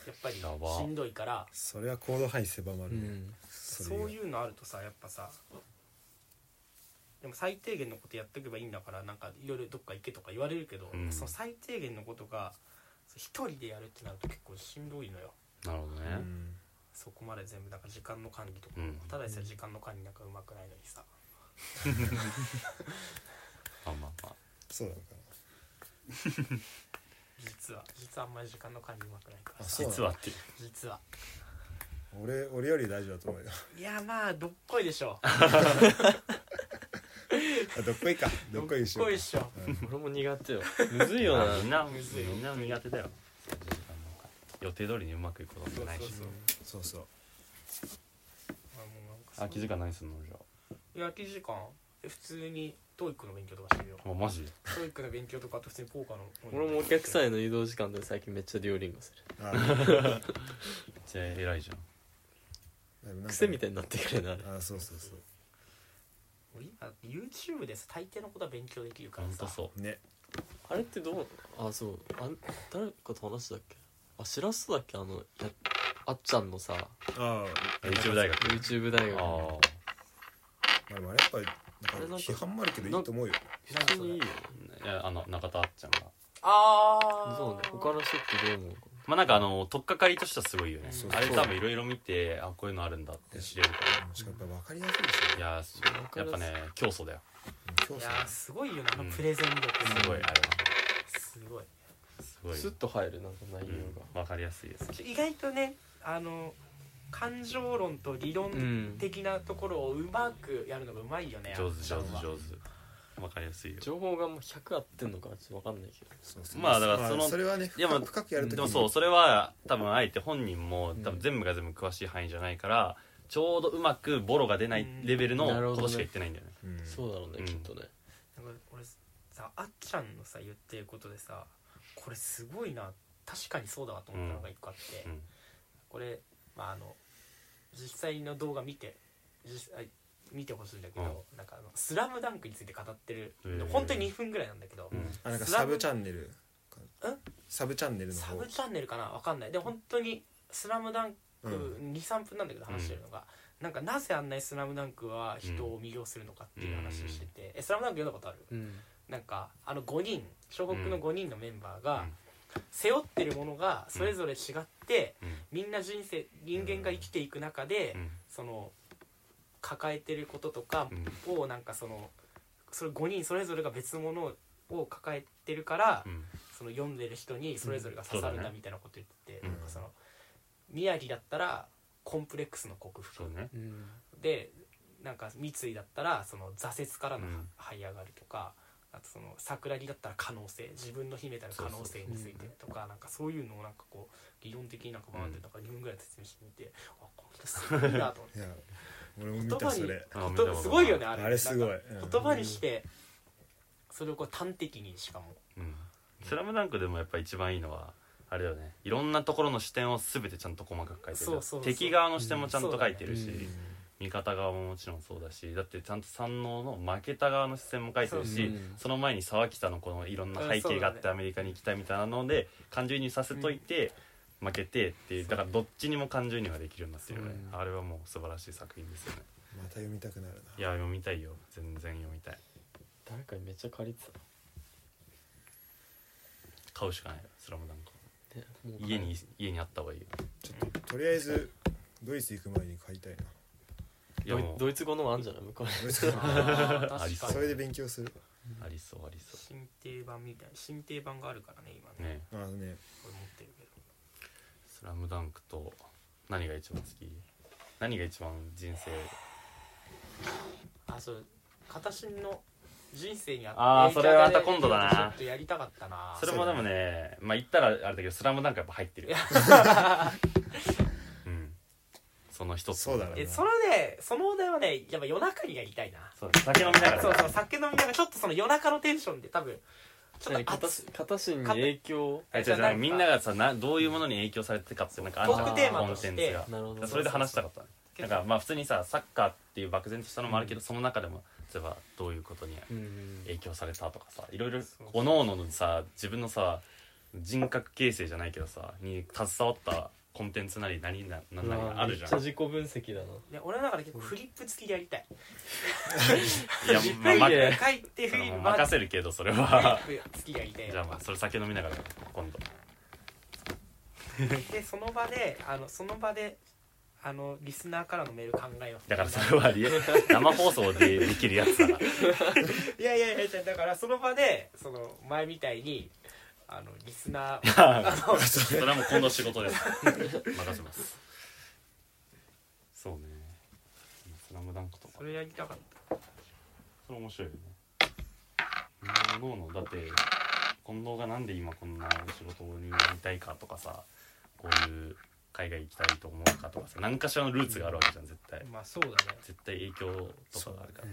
Speaker 1: やっぱり
Speaker 3: やば
Speaker 1: しんどいから
Speaker 2: それは行動範囲狭ま
Speaker 4: う
Speaker 2: るね、
Speaker 4: ん
Speaker 2: そ
Speaker 1: そう
Speaker 2: う
Speaker 1: いうのあるとさやっぱさでも最低限のことやっておけばいいんだからなんかいろいろどっか行けとか言われるけど、
Speaker 3: うん
Speaker 1: その最低限のことが一人でやるってなると結構しんどいのよ。
Speaker 3: なるほど
Speaker 2: う
Speaker 3: ね
Speaker 2: ん
Speaker 1: そこまで全部だから時間の管理とか、
Speaker 3: うん
Speaker 1: ただでさえ時間の管理なんかうまくないのにさ
Speaker 3: まあまあまあ
Speaker 2: そうなのかな
Speaker 1: 実は実はあんまり時間の管理うまくないから
Speaker 2: あ
Speaker 1: さ
Speaker 2: そうなの
Speaker 3: 実はっていう
Speaker 1: 実は
Speaker 2: 俺俺より大丈夫だと思うよ
Speaker 1: いやまあどっこいでしょ
Speaker 2: あどっこいかどっこいしよ
Speaker 1: ど
Speaker 2: う
Speaker 1: っこいっしょ
Speaker 4: 俺も苦手よむずい [LAUGHS] よな
Speaker 3: みんなみんな苦手だよ予定通りにうまくいくこともないし
Speaker 2: そうそう
Speaker 1: あもうなんかそう
Speaker 3: 空き時間何すんのじゃ
Speaker 1: いや空き時間え普通にトイックの勉強とかしてるよ
Speaker 3: ああマジ
Speaker 1: トイックの勉強とかあと普通にポーカーの
Speaker 4: 俺もお客さんへの移動時間で最近めっちゃ両リンゴする
Speaker 2: あー
Speaker 3: めっちゃ偉いじゃん
Speaker 2: でもなんか
Speaker 4: 癖みたいになってくれなあれ
Speaker 2: あーそうそうそう
Speaker 1: 俺今 YouTube でさ大抵のことは勉強できるか
Speaker 3: ほ
Speaker 1: ら
Speaker 3: ん
Speaker 1: さ
Speaker 3: とそ
Speaker 2: ね
Speaker 4: あれってどうあそうあん誰かと話したっけあ知らすだっけあのやあっちゃんのさ
Speaker 2: あ
Speaker 3: う YouTube 大学
Speaker 4: YouTube 大学
Speaker 3: あ
Speaker 4: の
Speaker 2: あでもあれやっぱり
Speaker 4: あれ
Speaker 2: なん
Speaker 4: なん
Speaker 2: か
Speaker 4: か
Speaker 2: 批判もあるけどいいと思うよ
Speaker 1: 何
Speaker 4: 普
Speaker 1: そ
Speaker 4: 通にいい
Speaker 1: れ
Speaker 4: よ
Speaker 3: あいやあの中田あっちゃんが
Speaker 1: ああ
Speaker 4: そうね他の人ってどう思うの
Speaker 3: まあなんかあの取っかかりとしてはすごいよね
Speaker 1: そう
Speaker 3: あれ多分いろいろ見てあこういうのあるんだって知れるから
Speaker 2: しかもやっぱ分かりやすいです
Speaker 3: いやーやっぱね競争だよ
Speaker 2: よ
Speaker 1: い
Speaker 2: 競
Speaker 1: や
Speaker 2: 争
Speaker 1: すごいよなあのプレゼン力
Speaker 3: すごいあれは
Speaker 1: すごい
Speaker 3: すごい
Speaker 4: スッと入るなんか内容が
Speaker 3: うんわかりやすいです
Speaker 1: ちょ意外とねあの感情論と理
Speaker 4: う
Speaker 1: 論
Speaker 4: ん
Speaker 1: 的なところをうまくやるのがうまいよね、
Speaker 3: 上手上手上手わかりやすいよ
Speaker 4: 情報がもう100合ってんのかちょっとわかんないけど
Speaker 2: そうそう
Speaker 3: まあだからその
Speaker 2: それはね
Speaker 3: いやまあ
Speaker 2: 深く深くやるとき
Speaker 3: でもそうそれは多分あえて本人も
Speaker 2: うん
Speaker 3: 多分全部が全部詳しい範囲じゃないから、ちょうどうまくボロが出ないレベルの
Speaker 4: うんなるほ
Speaker 3: こ
Speaker 4: どね
Speaker 3: としか言ってないんだよね
Speaker 2: うん
Speaker 4: そうだろうね、
Speaker 3: うん
Speaker 4: きっとね
Speaker 1: なんか俺さあっちゃんのさ言ってることでさこれすごいな確かにそうだわと思ったのが一個あって、
Speaker 3: うん
Speaker 1: これ、まあ、あの実際の動画見て実際見てほしいんだけど、なんかあの「スラムダンクについて語ってる、
Speaker 3: へー
Speaker 1: 本当に2分ぐらいなんだけど、
Speaker 3: うん
Speaker 2: あなんか
Speaker 1: スラム
Speaker 2: サブチャンネルサブチャンネルの
Speaker 1: サ
Speaker 2: 方
Speaker 1: ブチャンネルかなわかんないで本当に「スラムダンク23分なんだけど話してるのが、なんかなぜあんなに「スラムダンクは人を魅了するのかっていう話をしてて「えスラムダンク読んだことある
Speaker 4: うん
Speaker 1: なんかあの5人小国の5人のメンバー
Speaker 3: う
Speaker 1: が
Speaker 3: ん
Speaker 1: 背負ってるものがそれぞれ違って、
Speaker 3: うん
Speaker 1: みんな人生人間が生きていく中で、
Speaker 3: うん
Speaker 1: その抱えてることとか
Speaker 3: うん
Speaker 1: をなんかそのそれ5人それぞれが別のものを抱えてるから、
Speaker 3: うん
Speaker 1: その読んでる人にそれぞれが刺さる
Speaker 3: そうだ
Speaker 1: な
Speaker 3: ね
Speaker 1: みたいなこと言ってて、
Speaker 3: うん
Speaker 1: なんかその宮城だったらコンプレックスの克服
Speaker 3: そうね
Speaker 4: うん
Speaker 1: でなんか三井だったらその挫折からの
Speaker 3: うん
Speaker 1: 這い上がるとか、あとその桜木だったら可能性自分の秘めたる可能性についてとかなんかそういうのをなんかこう理論的になんか学んで
Speaker 3: うん
Speaker 1: なんか2分ぐらい説明してみて、あこの人すごいなと思って
Speaker 2: いや俺 [LAUGHS] も見たそれ
Speaker 3: あ見た
Speaker 1: 言葉
Speaker 3: ことない
Speaker 1: すごいよねあれ
Speaker 2: あれすごい
Speaker 1: なんか
Speaker 2: うん
Speaker 1: 言葉にしてそれをこう端的にしかも
Speaker 3: うん「スラムダンクでもやっぱ一番いいのはあれだよねいろんなところの視点を全てちゃんと細かく書いてるじゃん
Speaker 1: そうそうそう
Speaker 3: 敵側の視点もちゃんと書いてるし、
Speaker 4: うんそうだね
Speaker 3: 味方側ももちろんそうだしだってちゃんと山王の負けた側の視線も書いてるし、
Speaker 4: そううん
Speaker 3: その前に沢北のこのいろんな背景があっ
Speaker 1: うんそう
Speaker 3: て
Speaker 1: だ
Speaker 3: アメリカに来たみたいなので感情移入させといて、負けてっていうだからどっちにも感情移入ができるようになってるよね、
Speaker 4: そう
Speaker 3: あれはもう素晴らしい作品ですよね
Speaker 2: また読みたくなる
Speaker 3: いや読みたいよ全然読みたい
Speaker 4: 誰かにめっちゃ借りてた
Speaker 3: 買うしかないスラムダンク
Speaker 4: ねもう
Speaker 3: 家に家にあった方がいいよ
Speaker 2: なとりあえずドイツ行く前に買いたいな
Speaker 3: いうや
Speaker 4: ドイ
Speaker 3: もう
Speaker 4: ドイツ語のもあるんじゃない向こ
Speaker 3: [LAUGHS]
Speaker 4: うに
Speaker 2: ドイツ語
Speaker 3: あ
Speaker 2: [LAUGHS]
Speaker 3: り
Speaker 2: それで勉強する
Speaker 3: ありそうありそ
Speaker 1: 新定版みたいな新定版があるからね今
Speaker 3: う
Speaker 1: ね
Speaker 3: ね
Speaker 2: まあね
Speaker 1: 俺持ってるけど
Speaker 3: スラムダンクと何が一番好き何が一番人生
Speaker 1: あそう片新の人生にあ
Speaker 3: あーそれはまた今度だな
Speaker 1: ちょっとやりたかったな
Speaker 3: それもでもねまあ言ったらあれだけどスラムダンクやっぱ入ってるようんその一つ
Speaker 2: そうだな
Speaker 1: えそれねそのお題はねやっぱ夜中にやりたいな
Speaker 3: そうだ酒飲みながら
Speaker 1: そうそう酒飲みながらちょっとその夜中のテンションで多分ちょっ
Speaker 4: 何
Speaker 1: と
Speaker 4: 片
Speaker 1: 熱
Speaker 4: し片心に影響を
Speaker 3: あ違う違うなんかみんながさなどういうものに影響されてかってなんかあんじゃん
Speaker 4: トークテーマ
Speaker 3: コ
Speaker 1: と
Speaker 3: ン
Speaker 1: して
Speaker 3: テンツが
Speaker 4: なるほど
Speaker 3: それで話したかったね
Speaker 1: そうそう
Speaker 3: なんかまあ普通にさサッカーっていう漠然としたのもあるけど、その中でも例えばどういうことに
Speaker 4: うん
Speaker 3: 影響されたとかさいろいろ
Speaker 1: そう
Speaker 3: おのおののさ自分のさ人格形成じゃないけどさに携わったコンテンツなり何な何なりがあるじゃ
Speaker 4: めっ
Speaker 3: ん
Speaker 4: ちゃ自己分析だな
Speaker 1: で俺の中で結構フリップ付きでやりたい
Speaker 3: いや
Speaker 1: フ
Speaker 3: ま
Speaker 1: リ
Speaker 3: あ、ま
Speaker 1: ップ書いて
Speaker 3: そ
Speaker 1: フ
Speaker 3: の
Speaker 1: リップ
Speaker 3: 任せ
Speaker 1: る
Speaker 3: るけどそれは
Speaker 1: フリップ付きやりたい
Speaker 3: [LAUGHS] じゃあまあそれ酒飲みながら今度
Speaker 1: でその場であのその場であのリスナーからのメール考えよう
Speaker 3: だからそれは [LAUGHS] リア生放送でできるやつだか
Speaker 1: い
Speaker 3: ら
Speaker 1: やいやいやじゃあだからその場でその前みたいにあのリスナー
Speaker 3: それはもう今度仕事です任せますそうね「スラムダンクとか
Speaker 1: それやりたかった
Speaker 3: それ面白いよね脳のだって近藤がなんで今こんな仕事になりたいかとかさこういう海外行きたいと思うかとかさ何かしらのルーツがあるわけじゃん絶対
Speaker 1: まあそうだね
Speaker 3: 絶対影響とかがあるから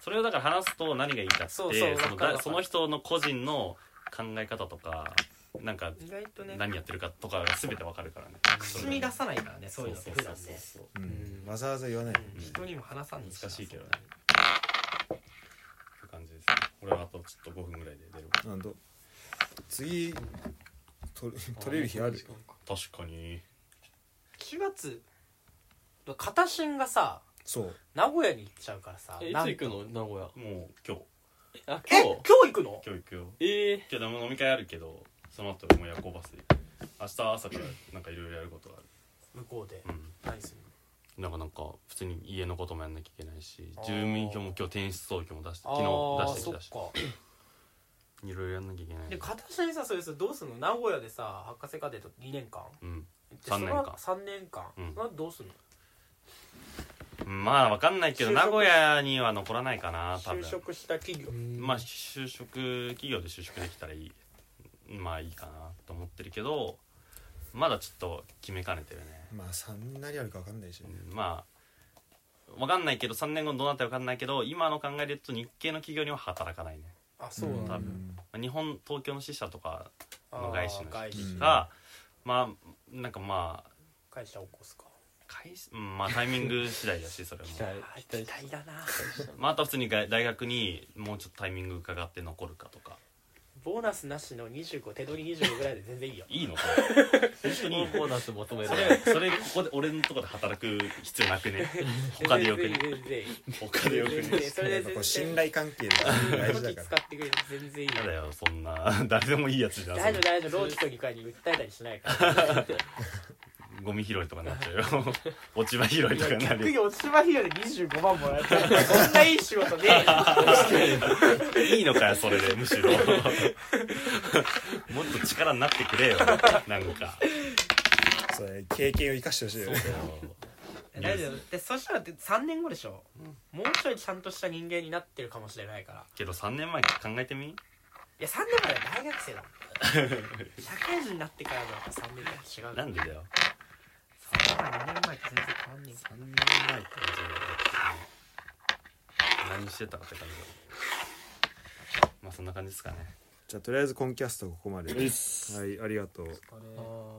Speaker 3: それをだから話すと何がいいかって
Speaker 1: そ
Speaker 3: そう
Speaker 1: そう
Speaker 3: の
Speaker 1: わかるわか
Speaker 3: だ
Speaker 1: る
Speaker 3: その人の個人の考え方とかなんか
Speaker 1: 意外とね
Speaker 3: 何やってるかとかが全てわかるからね
Speaker 1: 口に出さないからね
Speaker 3: そ
Speaker 1: そうう
Speaker 3: そ
Speaker 1: いううのっ
Speaker 3: そ
Speaker 1: て
Speaker 3: う
Speaker 1: 普
Speaker 3: そ
Speaker 1: 段ね
Speaker 2: う
Speaker 3: うそう
Speaker 4: うん
Speaker 2: んわざわざ言わない
Speaker 1: うん人にも話さんね
Speaker 3: 難しいけどねって感じですね俺はあとちょっと5分ぐらいで出る
Speaker 2: なんと次取れ取れる日ある
Speaker 3: 確かに
Speaker 1: 4月片新がさ
Speaker 2: そう
Speaker 1: 名古屋に行っちゃうからさ
Speaker 4: えいつ
Speaker 1: なん
Speaker 4: 行くの名古屋
Speaker 3: もう今日
Speaker 4: あ
Speaker 1: え
Speaker 4: 今
Speaker 1: 今
Speaker 4: 日
Speaker 1: 日行くの
Speaker 3: 今日行くよ
Speaker 4: ええ
Speaker 3: 今日でも飲み会あるけどその後もう夜行バスで明日朝からなんかいろいろやることが
Speaker 1: 向こうで
Speaker 3: あるう
Speaker 1: 何する
Speaker 3: んなんかなんか普通に家のこともやんなきゃいけないし
Speaker 1: あー
Speaker 3: 住民票も今日転出届も出して
Speaker 1: のあ
Speaker 3: 昨日出
Speaker 1: ー
Speaker 3: して
Speaker 1: そ
Speaker 3: き
Speaker 1: った
Speaker 3: し
Speaker 1: か
Speaker 3: いろいろやんなきゃいけない
Speaker 1: で片新にさそれさどうすんの名古屋でさ博士課程と2年間
Speaker 3: うん
Speaker 1: でその
Speaker 3: 三年間
Speaker 1: 3年間
Speaker 3: うん
Speaker 1: その後どうすんの
Speaker 3: うまあわかんないけど
Speaker 5: 就職
Speaker 3: 名古屋には残らないかな多分
Speaker 5: 就職した企業
Speaker 3: まあ就職企業で就職できたらいいまあいいかなと思ってるけどまだちょっと決めかねてるね
Speaker 2: まあ3になりあるか分かんないし、
Speaker 3: うんまあわかんないけど3年後どうなったらわかんないけど今の考えで言うと日系の企業には働かないね
Speaker 1: あそうなんだ
Speaker 3: 多
Speaker 2: う
Speaker 3: 分
Speaker 2: ん
Speaker 3: まあ日本東京の支社とかの外資の
Speaker 1: あー外資
Speaker 3: 資がまあなんかまあ
Speaker 1: 会社起こすか
Speaker 3: 会社うんまあタイミング次第だしそれも
Speaker 4: 期待
Speaker 1: あ
Speaker 4: 期
Speaker 1: 期
Speaker 4: 待
Speaker 1: 待だな
Speaker 3: まああとは普通にが大学にもうちょっとタイミング伺って残るかとか
Speaker 1: ボーナスなしの25手取り25ぐらいで全然いいよ
Speaker 3: いいのそれ
Speaker 4: 本当に
Speaker 3: [LAUGHS]
Speaker 4: ボーナス求め
Speaker 3: そ
Speaker 4: られ
Speaker 3: れそれここで俺のとこで働く必要なくね他でよく
Speaker 1: 全
Speaker 3: ね
Speaker 1: 然いい全然いい
Speaker 3: 他でよく
Speaker 1: 全然い
Speaker 3: ね
Speaker 1: いそれで
Speaker 2: やっぱこう
Speaker 1: 全
Speaker 2: 信
Speaker 1: 然
Speaker 2: 頼関係が大
Speaker 1: そ
Speaker 2: 事
Speaker 1: の時
Speaker 2: だ
Speaker 1: 使 [LAUGHS]
Speaker 2: から
Speaker 1: ってくれて全然いいよ
Speaker 3: やだよそんな誰でもいいやつじゃんそ
Speaker 1: 大
Speaker 3: ん
Speaker 1: 丈夫
Speaker 3: な
Speaker 1: 大丈夫ローキと議会に訴えたりしないから
Speaker 3: ゴミ拾いとかになっちゃうよ [LAUGHS] 落ち葉拾いとかにな
Speaker 1: 逆
Speaker 3: る
Speaker 1: に落ち葉費用で25万もらえたら [LAUGHS] そんないい仕事ねえよ
Speaker 3: いいのかよそれでむしろもっと力になってくれよなんか
Speaker 2: それ経験を生かしてほしいよね
Speaker 1: 大丈夫でそしたら3年後でしょ、もうちょいちゃんとした人間になってるかもしれないから
Speaker 3: けど3年前考えてみ
Speaker 1: いや3年前は大学生だも [LAUGHS] ん社会人になってからの3年前は違う
Speaker 3: なんでだよ
Speaker 1: 3年前2年前と全然変わんね
Speaker 3: 3年前って何してたかって感じだまあそんな感じですかね
Speaker 2: じゃあとりあえずコンキャストここまではいありがとう
Speaker 1: え
Speaker 4: あー